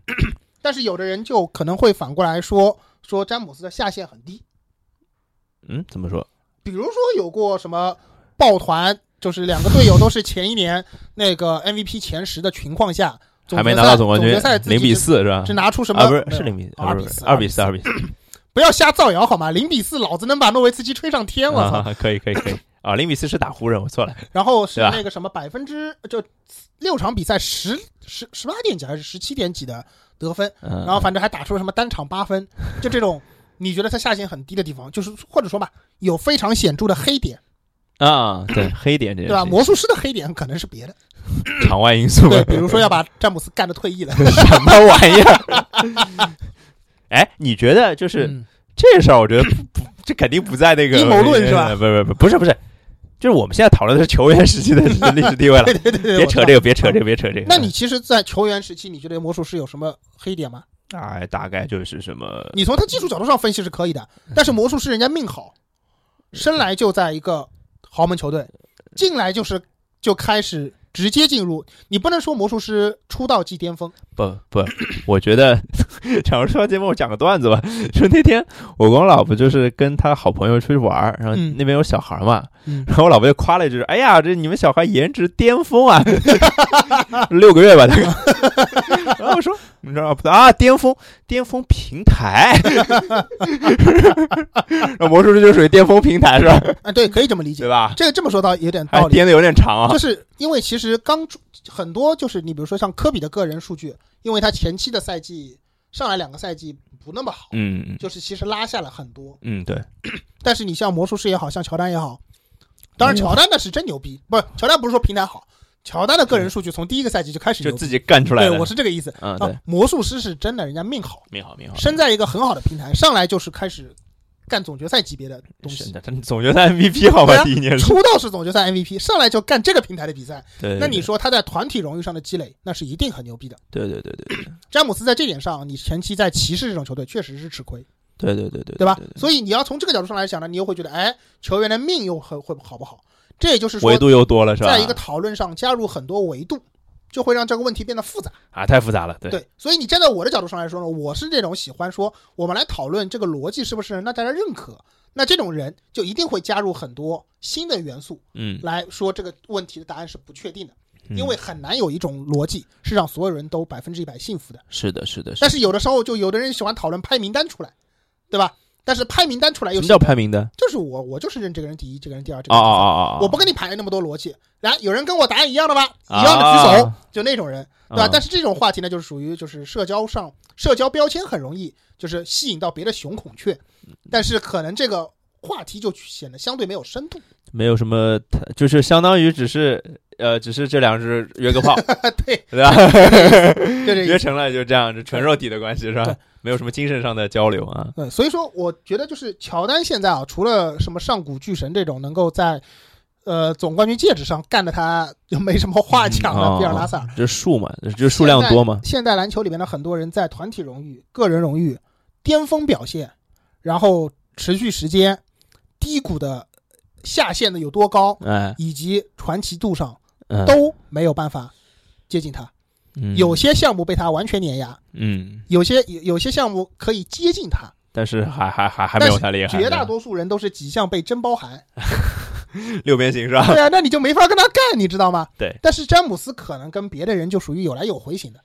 但是有的人就可能会反过来说，说詹姆斯的下限很低，嗯，怎么说？比如说有过什么抱团，就是两个队友都是前一年那个 MVP 前十的情况下，总还没决拿到赛总冠军决赛，自己零比只，四是吧？只拿出什么？啊，不是没有是零比二啊比不四，是二比四，二比四。不要瞎造谣好吗？零比四，老子能把诺维茨基吹上天，我操！啊，可以可以可以啊，零比四是打湖人，我错了。 然后是对吧那个什么百分之就六场比赛十十十八点几还是十七点几的得分，嗯，然后反正还打出了什么单场八分，就这种你觉得他下限很低的地方，就是或者说吧，有非常显著的黑点，啊，对黑点这件对事吧？情魔术师的黑点可能 是别的，场外因素嘛对，比如说要把詹姆斯干的退役了， 什么玩意儿？ 哎，你觉得就是、嗯这事儿？我觉得 不不，这肯定不在那个阴谋论是吧不不不，不是不是，就是我们现在讨论的是球员时期的历史地位了 对。对对对，别扯这个。个，别扯这个，别扯这个。那你其实，在球员时期，你觉得魔术师有什么黑点吗？哎，大概就是什么？你从他技术角度上分析是可以的，但是魔术师人家命好，生来就在一个豪门球队，进来就是就开始直接进入，你不能说魔术师出道即巅峰，不不，我觉得 讲个说节目，我讲个段子吧。说那天我跟我老婆就是跟她好朋友出去玩儿，然后嗯那边有小孩嘛，嗯，然后我老婆就夸了一句：“哎呀，这你们小孩颜值巅峰啊， 六个月吧。”大概。 然后我说：“你知道吗啊，巅峰，巅峰平台。 那魔术师就属于巅峰平台是吧？ 啊，对，可以这么理解对。吧？这个这么说倒有点还道理，颠的有点长啊就。是因为其实刚出很多就是你比如说像科比的个人数据，因为他前期的赛季上来两个赛季不那么好，嗯嗯就是其实拉下了很多。嗯，对，但是你像魔术师也好像乔丹也好，当嗯然乔丹那是真牛逼，不是乔丹不是说平台好，乔丹的个人数据从第一个赛季就开始就牛逼，自己干出来对的我。是这个意思。嗯，对啊啊，，魔术师是真的，人家命好，命好命好。身在一个很好的平台，上来就是开始干总决赛级别的东是西。的，他总决赛 MVP 好对吧，啊第一年是。出道是总决赛 MVP，上来就干这个平台的比赛，对，对那你说他在团体荣誉上的积累，那是一定很牛逼的。对对对对对詹姆斯在这点上，你前期在骑士这种球队确实是吃亏，对对对对，对吧对？对所以你要从这个角度上来讲呢，你又会觉得，哎，球员的命又很会好不好？这也就是说维，度又多了是吧？在一个讨论上加入很多维度，就会让这个问题变得复杂。啊，太复杂了，对对，所以你站在我的角度上来说呢，我是这种喜欢说我们来讨论这个逻辑是不是让大家认可，那这种人就一定会加入很多新的元素嗯，来说这个问题的答案是不确定的，嗯因为很难有一种逻辑是让所有人都百分之一百信服的。是的，是的，但是是有的时候就有的人喜欢讨论拍名单出来，对吧？但是拍名单出来的什么又是叫排名的？就是我我就是认这个人第一，这个人第二，这个哦哦人第哦三。哦，哦我不跟跟你排那么多逻辑，然后有人跟我答案一样的吧，一样啊的举手，就那种人，对吧？但是是这种话题呢，就是属于就是社交上社交标签很容易就是吸引到别的雄孔雀，但是可能这个话题就显得相对没有深度。没有什么太，就是相当于只是呃，只是这两只约个炮， 对， 对吧？就这约个。成了就这样，就纯肉体的关系是对吧？没有什么精神上的交流啊。嗯，所以说我觉得就是乔丹现在啊，除了什么上古巨神这种能够在呃总冠军戒指上干的他就没什么话讲嗯了，哦比尔拉塞尔。就是数嘛，就是数量多嘛。现代篮球里面的很多人在团体荣誉、个人荣誉、巅峰表现，然后持续时间、低谷的下限的有多高，哎，以及传奇度上嗯，都没有办法接近他。嗯有些项目被他完全碾压，嗯，有些有有些项目可以接近他，但是还还还还没有他厉害。绝大是吧多数人都是几项被真包含。六边形是吧？对啊，那你就没法跟他干，你知道吗？对。但是詹姆斯可能跟别的人就属于有来有回型的，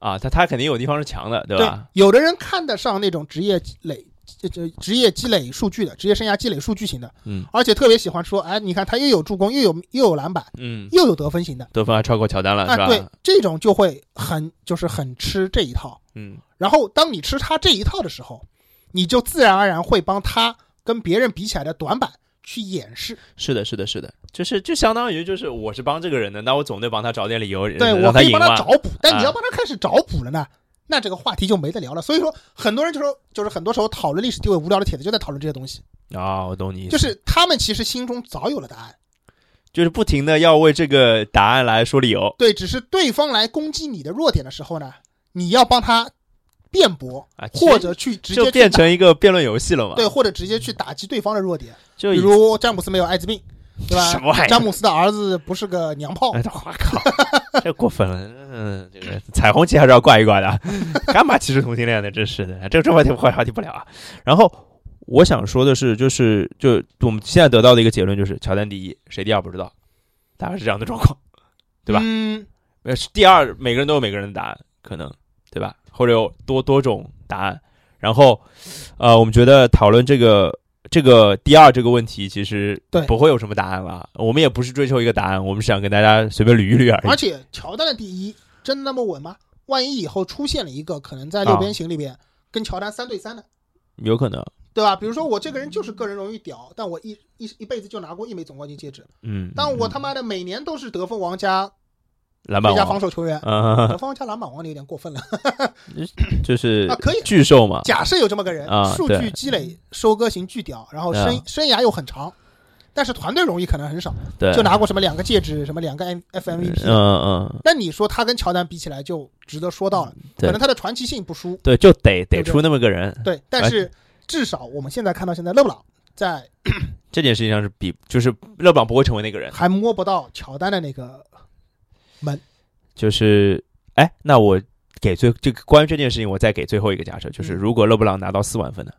啊，他他肯定有地方是强的，对对吧？，有的人看得上那种职业积累。这这职业积累数据的，职业生涯积累数据型的，嗯而且特别喜欢说，哎，你看他又有助攻，又有又有篮板，嗯，又有得分型的，得分还超过乔丹了，嗯是啊，对吧？，这种就会很就是很吃这一套。嗯然后当你吃他这一套的时候，你就自然而然会帮他跟别人比起来的短板去掩饰。是的，是的，是的，就是就相当于就是我是帮这个人的，那我总得帮他啊找点理由，对让我可以赢帮他嘛找补，但你要帮他开始找补了呢，那这个话题就没得聊了。所以说，很多人就说，就是很多时候讨论历史地位无聊的帖子就在讨论这些东西，啊、我懂你意思，就是他们其实心中早有了答案，就是不停的要为这个答案来说理由对，只是对方来攻击你的弱点的时候呢，你要帮他辩驳，啊，其实或者去直接就去变打成一个辩论游戏了嘛？对，，或者直接去打击对方的弱点，就比以如詹姆斯没有艾滋病，对吧？什么玩意儿詹姆斯的儿子不是个娘 炮哎，我靠， 这过分了，嗯，这个彩虹旗还是要挂一挂的啊，干嘛歧视同性恋呢？真是的，这这话题话话题不了啊。然后我想说的是，就是就我们现在得到的一个结论就是，乔丹第一，谁第二不知道，大概是这样的状况。对吧嗯，呃，是第二，每个人都有每个人的答案，可能对吧？或者有多多种答案。然后，呃，我们觉得讨论这个这个第二这个问题，其实对不会有什么答案了。我们也不是追求一个答案，我们是想跟大家随便捋一捋而而已。且乔丹的第一真那么稳吗？万一以后出现了一个可能在啊六边形里边跟乔丹三对三的，有可能，对吧？比如说我这个人就是个人荣誉屌，但我一一一辈子就拿过一枚总冠军戒指，嗯，但我嗯他妈的每年都是得分王加篮板最佳王啊防，守球员。嗯， 得分王加篮板王的有点过分了就是啊，可以。巨兽嘛，假设有这么个人啊，数对据积累收割型巨屌，然后生啊生涯又很长，但是团队荣誉可能很少，对，就拿过什么两个戒指，什么两个 M F M V 嗯 P。嗯嗯，那你说他跟乔丹比起来，就值得说到了，对可能他的传奇性不输，对，就得得对对出那么个人。对，但哎是至少我们现在看到现在，勒布朗在这件事情上是比，就是勒布朗不会成为那个人，还哦摸不到乔丹的那个，就是，哎，那我给最这个关于这件事情，我再给最后一个假设，就是嗯如果勒布朗拿到四万分呢？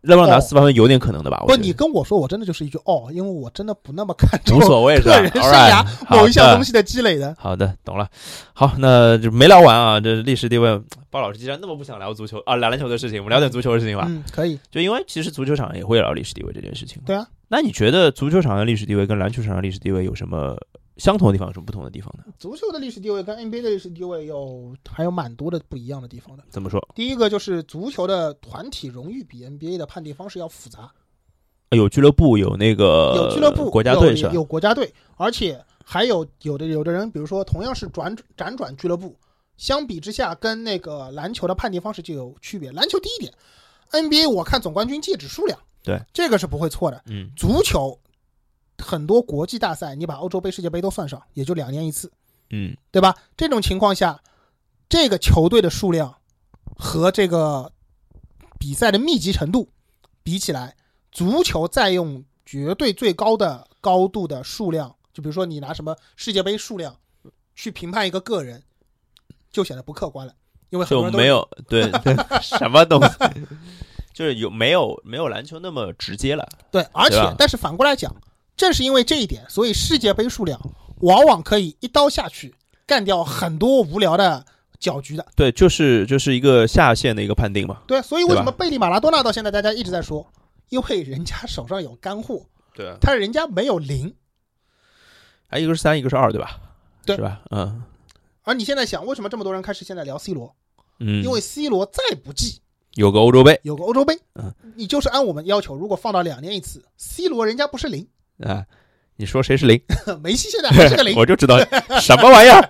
勒布朗拿哦四万分有点可能的吧？我不，觉得你跟我说，我真的就是一句哦，因为我真的不那么看 重无所谓是吧个人生 Alright，涯某一项东西。西的积累的。好的，懂了。好，那就没聊完啊。这历史地位，鲍老师既然那么不想聊足球啊，聊篮球的事情，我们聊点足球的事情吧。嗯，可以。就因为其实足球场也会聊历史地位这件事情。对啊。那你觉得足球场的历史地位跟篮球场的历史地位有什么相同的地方，有什么不同的地方呢？足球的历史地位跟 NBA 的历史地位有还有蛮多的不一样的地方的。怎么说？第一个就是足球的团体荣誉比 NBA 的判定方式要复杂，有俱乐部，有那个有俱乐部、呃国家队是有吧？有国家队，而且还有有的有的人，比如说同样是转辗转俱乐部，相比之下跟那个篮球的判定方式就有区别。篮球第一点，NBA 我看总冠军戒指数量，对这个是不会错的。嗯，足球很多国际大赛，你把欧洲杯、世界杯都算上，也就两年一次。嗯，对吧？这种情况下，这个球队的数量和这个比赛的密集程度比起来，足球再用绝对最高的高度的数量，就比如说你拿什么世界杯数量去评判一个个人，就显得不客观了，因为很多就人都没有 对什么东西， 就是有没有没有篮球那么直接了。对，而且对吧但是反过来讲，正是因为这一点，所以世界杯数量往往可以一刀下去干掉很多无聊的搅局的。对，就是就是一个下限的一个判定嘛。对，啊所以为对吧什么贝利马拉多纳到现在大家一直在说，因为人家手上有干货，对啊，但是人家没有零。哎，一个是三，一个是二，对吧？对是吧？嗯而你现在想，为什么这么多人开始现在聊 C 罗？嗯，因为 C 罗再不济有个欧洲杯有个欧洲杯嗯，你就是按我们要求，如果放到两年一次，C 罗人家不是零， 啊，你说谁是零？梅西现在还是个 零我。就知道什么玩意儿，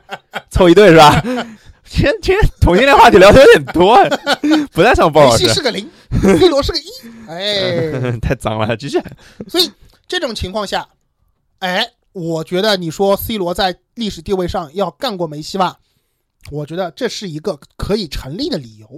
凑一对是吧？ 今天今天同性恋话题聊的有点多，啊 不太像鲍梅老西师，是个零，C 罗是个一， 哎，太脏了，继续。所以这种情况下，哎，我觉得你说 C 罗在历史地位上要干过梅西吧，我觉得这是一个可以成立的理由。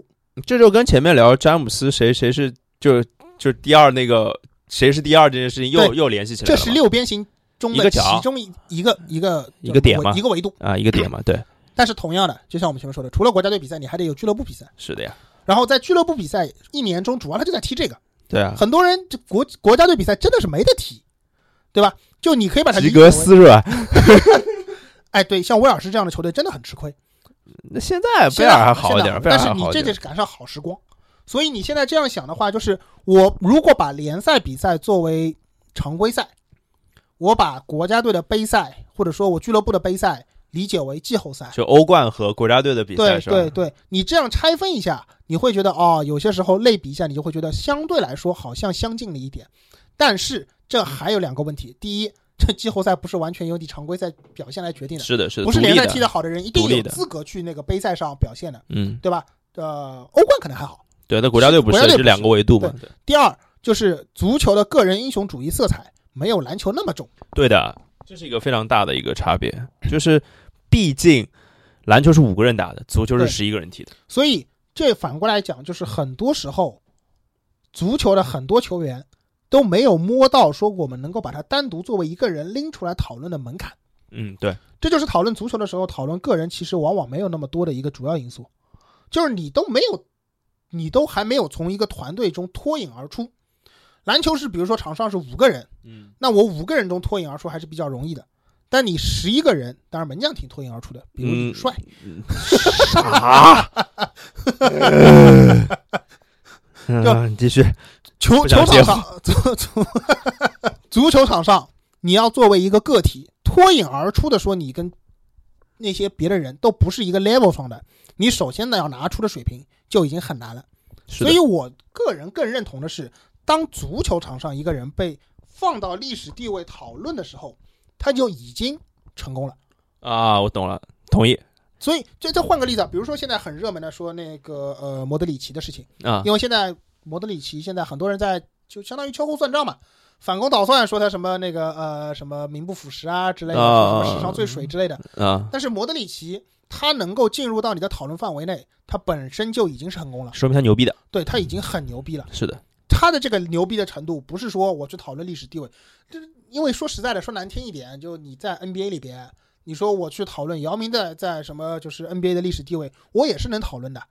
这就跟前面聊詹姆斯谁谁是就就是第二那个谁是第二这件事情又对又联系起来这了嘛，是六边形中一的个其角中一一个一个一个点维嘛一个维度。啊一个点嘛，对，但是同样的，就像我们前面说的，除了国家队比赛，你还得有俱乐部比赛。是的呀，然后在俱乐部比赛一年中，主要他就在踢这个。对啊，很多人这国国家队比赛真的是没得踢，对吧？就你可以把它及理解为格斯是吧？哎，对，像威尔士这样的球队真的很吃亏。那现在贝现在尔还好好一现在点好儿，贝尔但还是你好一这点得是赶上好时光。所以你现在这样想的话，就是我如果把联赛比赛作为常规赛，我把国家队的杯赛或者说我俱乐部的杯赛理解为季后赛儿，，就欧冠和国家队的比赛对是吧对？对，你这样拆分一下，你会觉得哦，有些时候类比一下，你就会觉得相对来说好像相近了一点。但是这还有两个问题：第一，这季后赛不是完全由你常规赛表现来决定的，是的，是的，不是独联立赛的踢得好的人一定独立有的资格去那个杯赛上表现的，嗯，对吧？呃，欧冠可能还好。对，那国家队不国家队是这不两个维度嘛？对第二就是足球的个人英雄主义色彩没有篮球那么重，对的，这是一个非常大的一个差别，就是毕竟篮球是五个人打的，足球是对十一个人踢的，所以这反过来讲，就是很多时候足球的很多球员都没有摸到说我们能够把它单独作为一个人拎出来讨论的门槛。嗯，对，这就是讨论足球的时候，讨论个人其实往往没有那么多的一个主要因素，就是你都没有，你都还没有从一个团队中脱颖而出。篮球是，比如说场上是五个人，嗯，那我五个人中脱颖而出还是比较容易的。但你十一个人，当然门将挺脱颖而出的，比如李帅，啊啥？ 嗯，继续。球不球想场上足足 足球场上，你要作为一个个体脱颖而出的说，你跟那些别的人都不是一个 level 上的，你首先呢要拿出的水平就已经很难了。是所的以，我个人更认同的是，当足球场上一个人被放到历史地位讨论的时候，他就已经成功了。啊，我懂了，同意所以，这再换个例子啊，比如说现在很热门的说那个呃莫德里奇的事情，啊。因为现在莫德里奇现在很多人在就相当于秋后算账嘛，反攻倒算，说他什么那个呃什么名不副实啊之类的，啊说什么史上最水之类的。啊，但是莫德里奇他能够进入到你的讨论范围内，他本身就已经是成功了，说明他牛逼的，对他已经很牛逼了。是的，他的这个牛逼的程度，不是说我去讨论历史地位，就是因为说实在的，说难听一点，就你在 NBA 里边，你说我去讨论姚明的在什么就是 NBA 的历史地位，我也是能讨论的。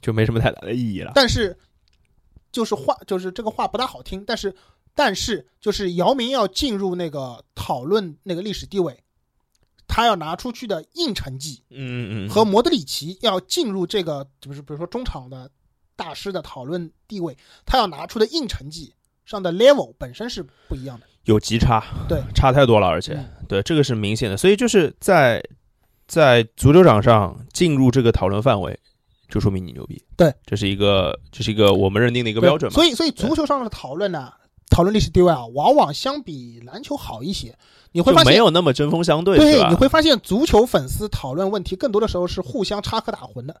就没什么太大的意义了。但是就是话就是这个话不大好听，但是但是就是姚明要进入那个讨论那个历史地位，他要拿出去的硬成绩嗯嗯嗯，和摩德里奇要进入这个就是比如说中场的大师的讨论地位，他要拿出的硬成绩上的 level 本身是不一样的。有极差，对，差太多了，而且、嗯对这个是明显的，所以就是在在足球场上进入这个讨论范围，就说明你牛逼。对，这是一个这是一个我们认定的一个标准嘛。所以，所以足球上的讨论呢，讨论历史地位啊，往往相比篮球好一些。你会发就没现，有那么针锋相对，是对，吧？你会发现足球粉丝讨论问题更多的时候是互相插科打诨的，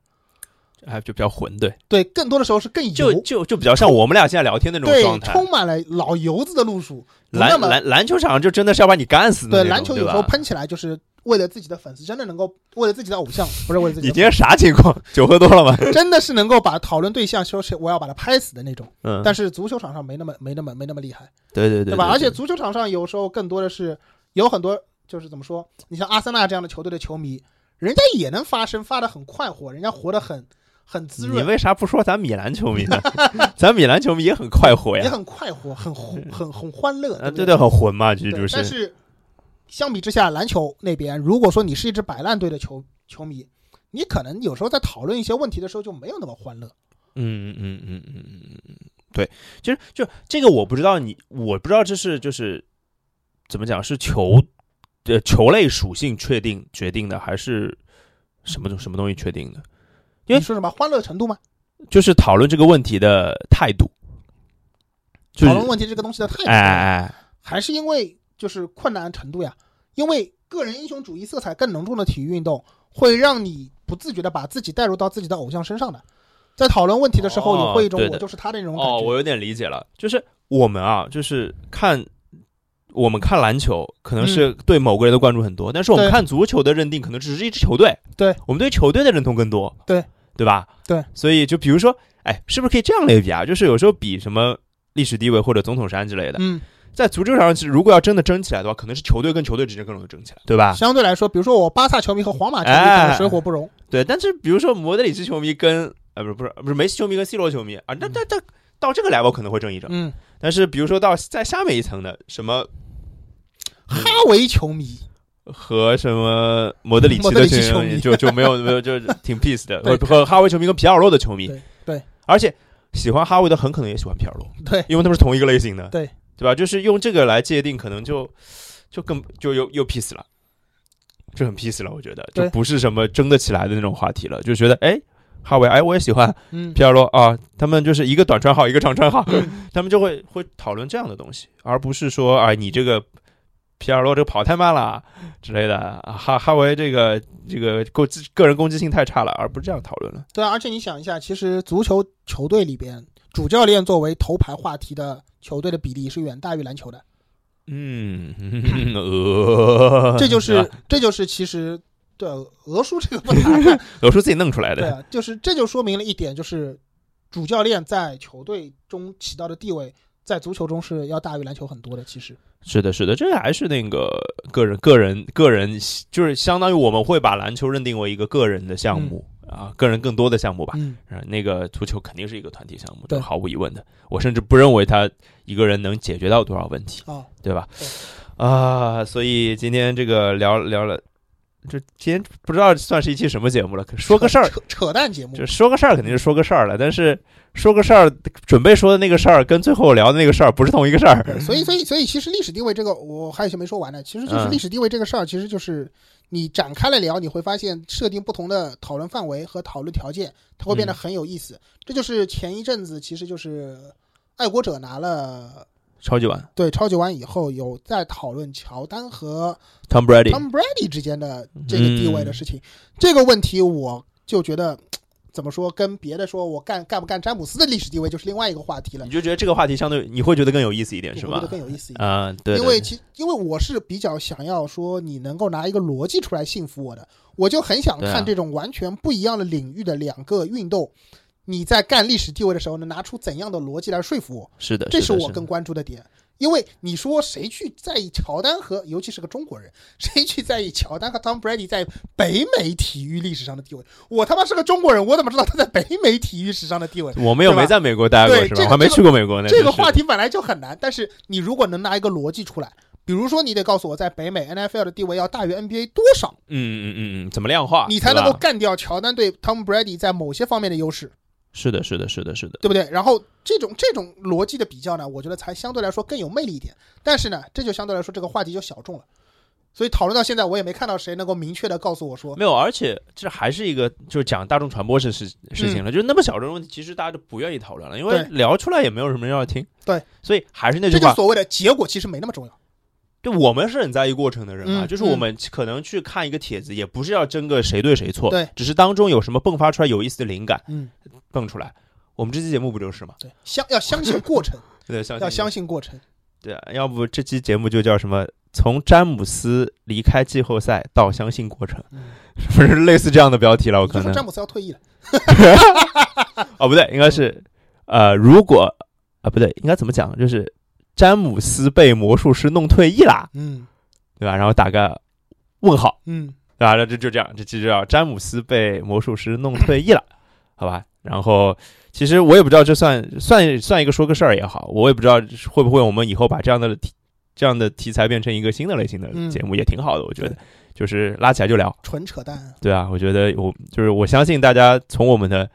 哎，就比较混，对，对，更多的时候是更就油，就就比较像我们俩现在聊天的那种对状，态。充满了老油子的路数。不那篮么篮篮球场就真的是要把你干死的对那种篮球有时候吧喷起来就是。为了自己的粉丝，真的能够为了自己的偶像，不是为了自你 己今的天啥情况？酒喝多了 吗？ 粉丝，真的是能够把讨论对象说是我要把他拍死的那种。嗯，但是足球场上没那么没那么没那么厉害。对对对对对吧？而且对足球场上有时候更多的是有很多，就是怎么说？你像阿森纳这样的球队的球迷，人家也能发声，发的很快活，人家活得很很滋你润，为啥不说咱米兰球迷 呢？咱米兰球迷也很快活也呀，嗯很快活，很很很很欢乐，啊，不对对，很混嘛，其实对就但是相比之下，篮球那边，如果说你是一支摆烂队的球球迷，你可能有时候在讨论一些问题的时候就没有那么欢乐。嗯嗯嗯嗯嗯嗯嗯，对，其实就这个我不知道你，我不知道这是就是怎么讲是球的球类属性确定决定的，还是什么东什么东西确定的？因为你说什么欢乐程度吗？就是讨论这个问题的态度，就讨是论问题这个东西的 态度，哎哎还是因为就是困难程度呀，因为个人英雄主义色彩更浓重的体育运动，会让你不自觉的把自己带入到自己的偶像身上的。在讨论问题的时候，哦也会一种对的我就是他的那哎，种感哦，我觉。有点理解了，就是我们啊，就是看。我们看篮球，可能是对某个人的关注很多，但是我们嗯对看足球的认定，可能只是一支球队。对，我们对球队的认同更多。对，对吧？对，所以就比如说，哎，是不是可以这样类比啊？就是有时候比什么历史地位或者总统山之类的，嗯，在足球场上，如果要真的争起来的话，可能是球队跟球队之间更容易争起来，对吧？相对来说，比如说我巴萨球迷和皇马球迷哎可能水火不容，对，但是比如说摩德里奇球迷跟呃不是不是不是梅西球迷跟 C 罗球迷啊，那那那到这个 level 可能会争一争，嗯，但是比如说到在下面一层的什么 哈维球迷和什么摩 德里奇莫德的里奇球球迷就就没有没有 就挺 peace 的，对和和哈维球迷跟皮尔洛的球迷，对对而且喜欢哈维的很可能也喜欢皮尔洛，对因为他们是同一个类型的，对对吧？就是用这个来界定，可能就就更就又又 peace 了，就很 peace 了，我觉得就对不是什么争得起来的那种话题了，就觉得哎。哈维，哎，我也喜欢嗯，皮尔洛啊，他们就是一个短传好，一个长传好，他们就会会讨论这样的东西，而不是说啊，你这个皮尔洛这个跑太慢了之类的，啊哈哈维这个这个个个人攻击性太差了，而不是这样讨论了。对啊。而且你想一下，其实足球球队里边，主教练作为头牌话题的球队的比例是远大于篮球的。 嗯，呃，这就是、啊这就是其实对俄叔这个啊不难看，我是自己弄出来对的。啊，就是这就说明了一点，就是主教练在球队中起到的地位，在足球中是要大于篮球很多的。其实，是的，是的，这还是那个个人、个人、个人，就是相当于我们会把篮球认定为一个个人的项目、啊，个人更多的项目吧。嗯，呃那个足球肯定是一个团体项目，对这毫无疑问的。我甚至不认为他一个人能解决到多少问题，哦，对吧对？啊，所以今天这个聊聊了，这今天不知道算是一期什么节目了，可说个事儿，扯扯淡节目就说个事儿，肯定是说个事儿了。但是说个事儿，准备说的那个事儿跟最后聊的那个事儿不是同一个事儿。对，所以所以所以，其实历史地位这个，我还有一些没说完呢。其实就是嗯历史地位这个事儿，其实就是你展开来聊，你会发现设定不同的讨论范围和讨论条件，它会变得嗯很有意思。这就是前一阵子，其实就是爱国者拿了超级碗对超级碗以后，有在讨论乔丹和，Tom Brady， Tom Brady 之间的这个地位的事情。嗯这个问题，我就觉得怎么说，跟别的说我干干不干詹姆斯的历史地位就是另外一个话题了你，就觉得这个话题相对你会觉得更有意思一嗯点是我觉吗得？更有意思一点。啊、对，因对为其因为我是比较想要说你能够拿一个逻辑出来信服我的，我就很想对啊看这种完全不一样的领域的两个运动，你在干历史地位的时候能拿出怎样的逻辑来说服我，是的，这是是的我的更关注的点。因为你说谁去在意乔丹和，尤其是个中国人，谁去在意乔丹和 Tom Brady 在北美体育历史上的地位？我他妈是个中国人，我怎么知道他在北美体育史上的地位？我们又对吧没在美国待过对是吧？这个我还没去过美国呢。这个真是话题本来就很难，但是你如果能拿一个逻辑出来，比如说你得告诉我，在北美 NFL 的地位要大于 NBA 多少，嗯嗯嗯嗯，怎么量化？你才对能够吧干掉乔丹对 Tom Brady 在某些方面的优势，是的，是的，是的，是的。对不对？然后这种这种逻辑的比较呢，我觉得才相对来说更有魅力一点。但是呢，这就相对来说这个话题就小众了，所以讨论到现在，我也没看到谁能够明确的告诉我说，没有，而且这还是一个就是讲大众传播是事事情了，就是那么小众的问题，其实大家就不愿意讨论了，因为嗯对聊出来也没有什么人要听。对，所以还是那这句就是话，所谓的结果其实没那么重要。对我们是很在意过程的人啊，嗯就是我们可能去看一个帖子，也不是要争个谁对谁错，对，只是当中有什么迸发出来有意思的灵感嗯，蹦出来。我们这期节目不就是吗？对，相要相信过程，对，相信要相信过程。对，要不这期节目就叫什么？从詹姆斯离开季后赛到相信过程，嗯，是不是类似这样的标题了？我你就可说嗯能詹姆斯要退役了，哦，不对，应该是呃，如果啊、不对，应该怎么讲？就是詹姆斯被魔术师弄退役啦，嗯对吧？然后打个问号，嗯，对吧？那就就这样，这期就叫詹姆斯被魔术师弄退役 了，好吧？然后其实我也不知道这算算算一个说个事儿也好，我也不知道会不会我们以后把这样的题这样的题材变成一个新的类型的嗯节目、也挺好的，我觉得对。就是拉起来就聊，纯扯淡。对啊，我觉得我就是我相信大家从我们的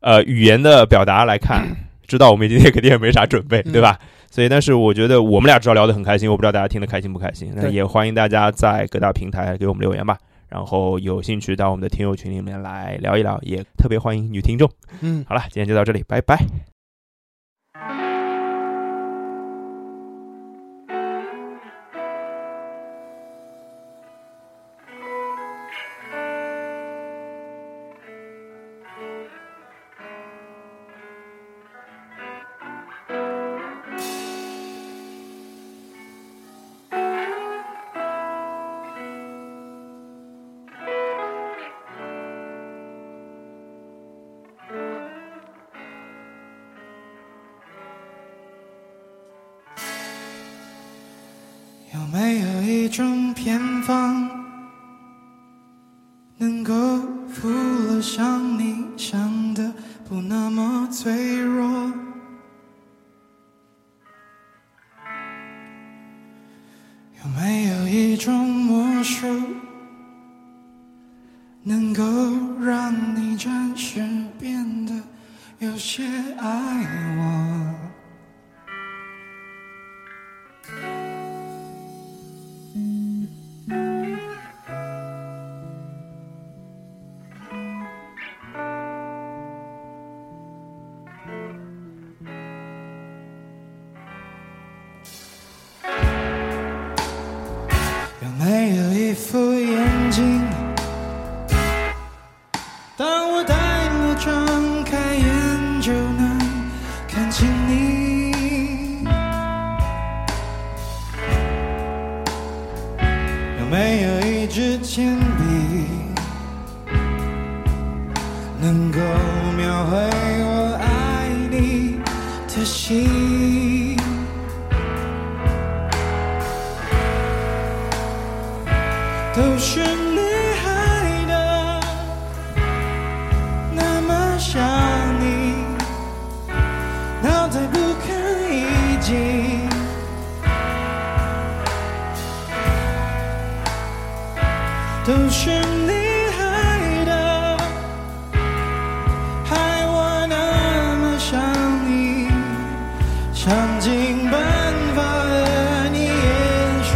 呃语言的表达来 看，知道我们今天肯定也没啥准备，嗯对吧？所以，但是我觉得我们俩至少聊得很开心，我不知道大家听得开心不开心。那对也欢迎大家在各大平台给我们留言吧。然后有兴趣到我们的听友群里面来聊一聊，也特别欢迎女听众。嗯，好了，今天就到这里，拜拜。有没有一种偏方，能够服了伤你，伤的不那么脆弱？有没有一种魔术，能够让你暂时变得有些爱我？有没有一副眼睛？当我戴目张开眼就能看清你。有没有一支铅笔，能够描绘我爱你的心？都是你害的，那么想你，脑袋不堪一击。都是你害的，害我那么想你，想尽办法和你延续。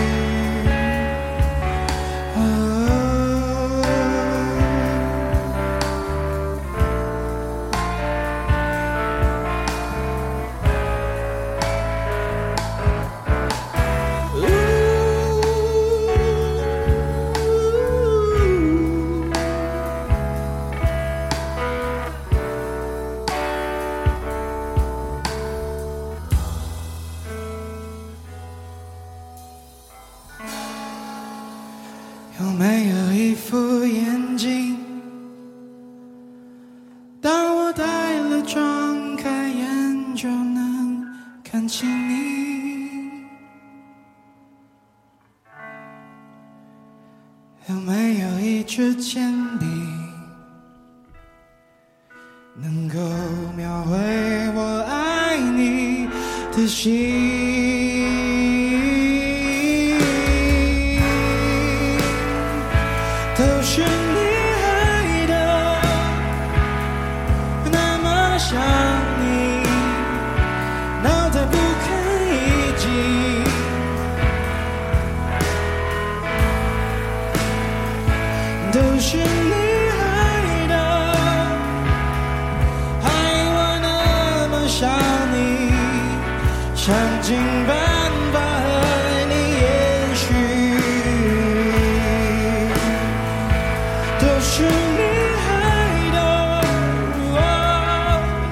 啊哦呜有没有一副眼睛？当我戴了，张开眼就能起你，有没有一支铅笔，能够描绘我爱你的心？都是你害的，那么想你，脑袋不堪一击。都是你害的，害我那么想你，想尽办法和你延续。都是你害的，我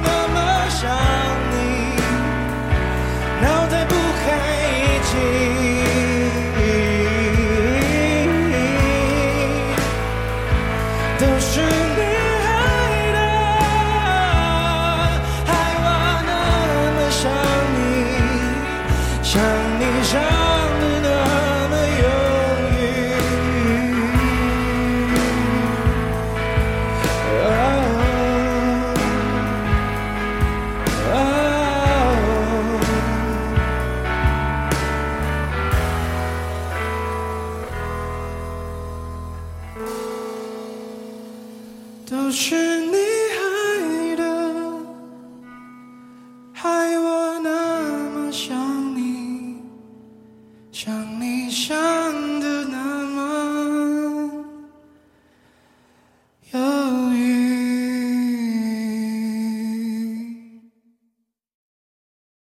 那么想你，脑袋不堪一击。都是你害的，害我那么想你，想你想得那么忧郁。哦，啊都是你。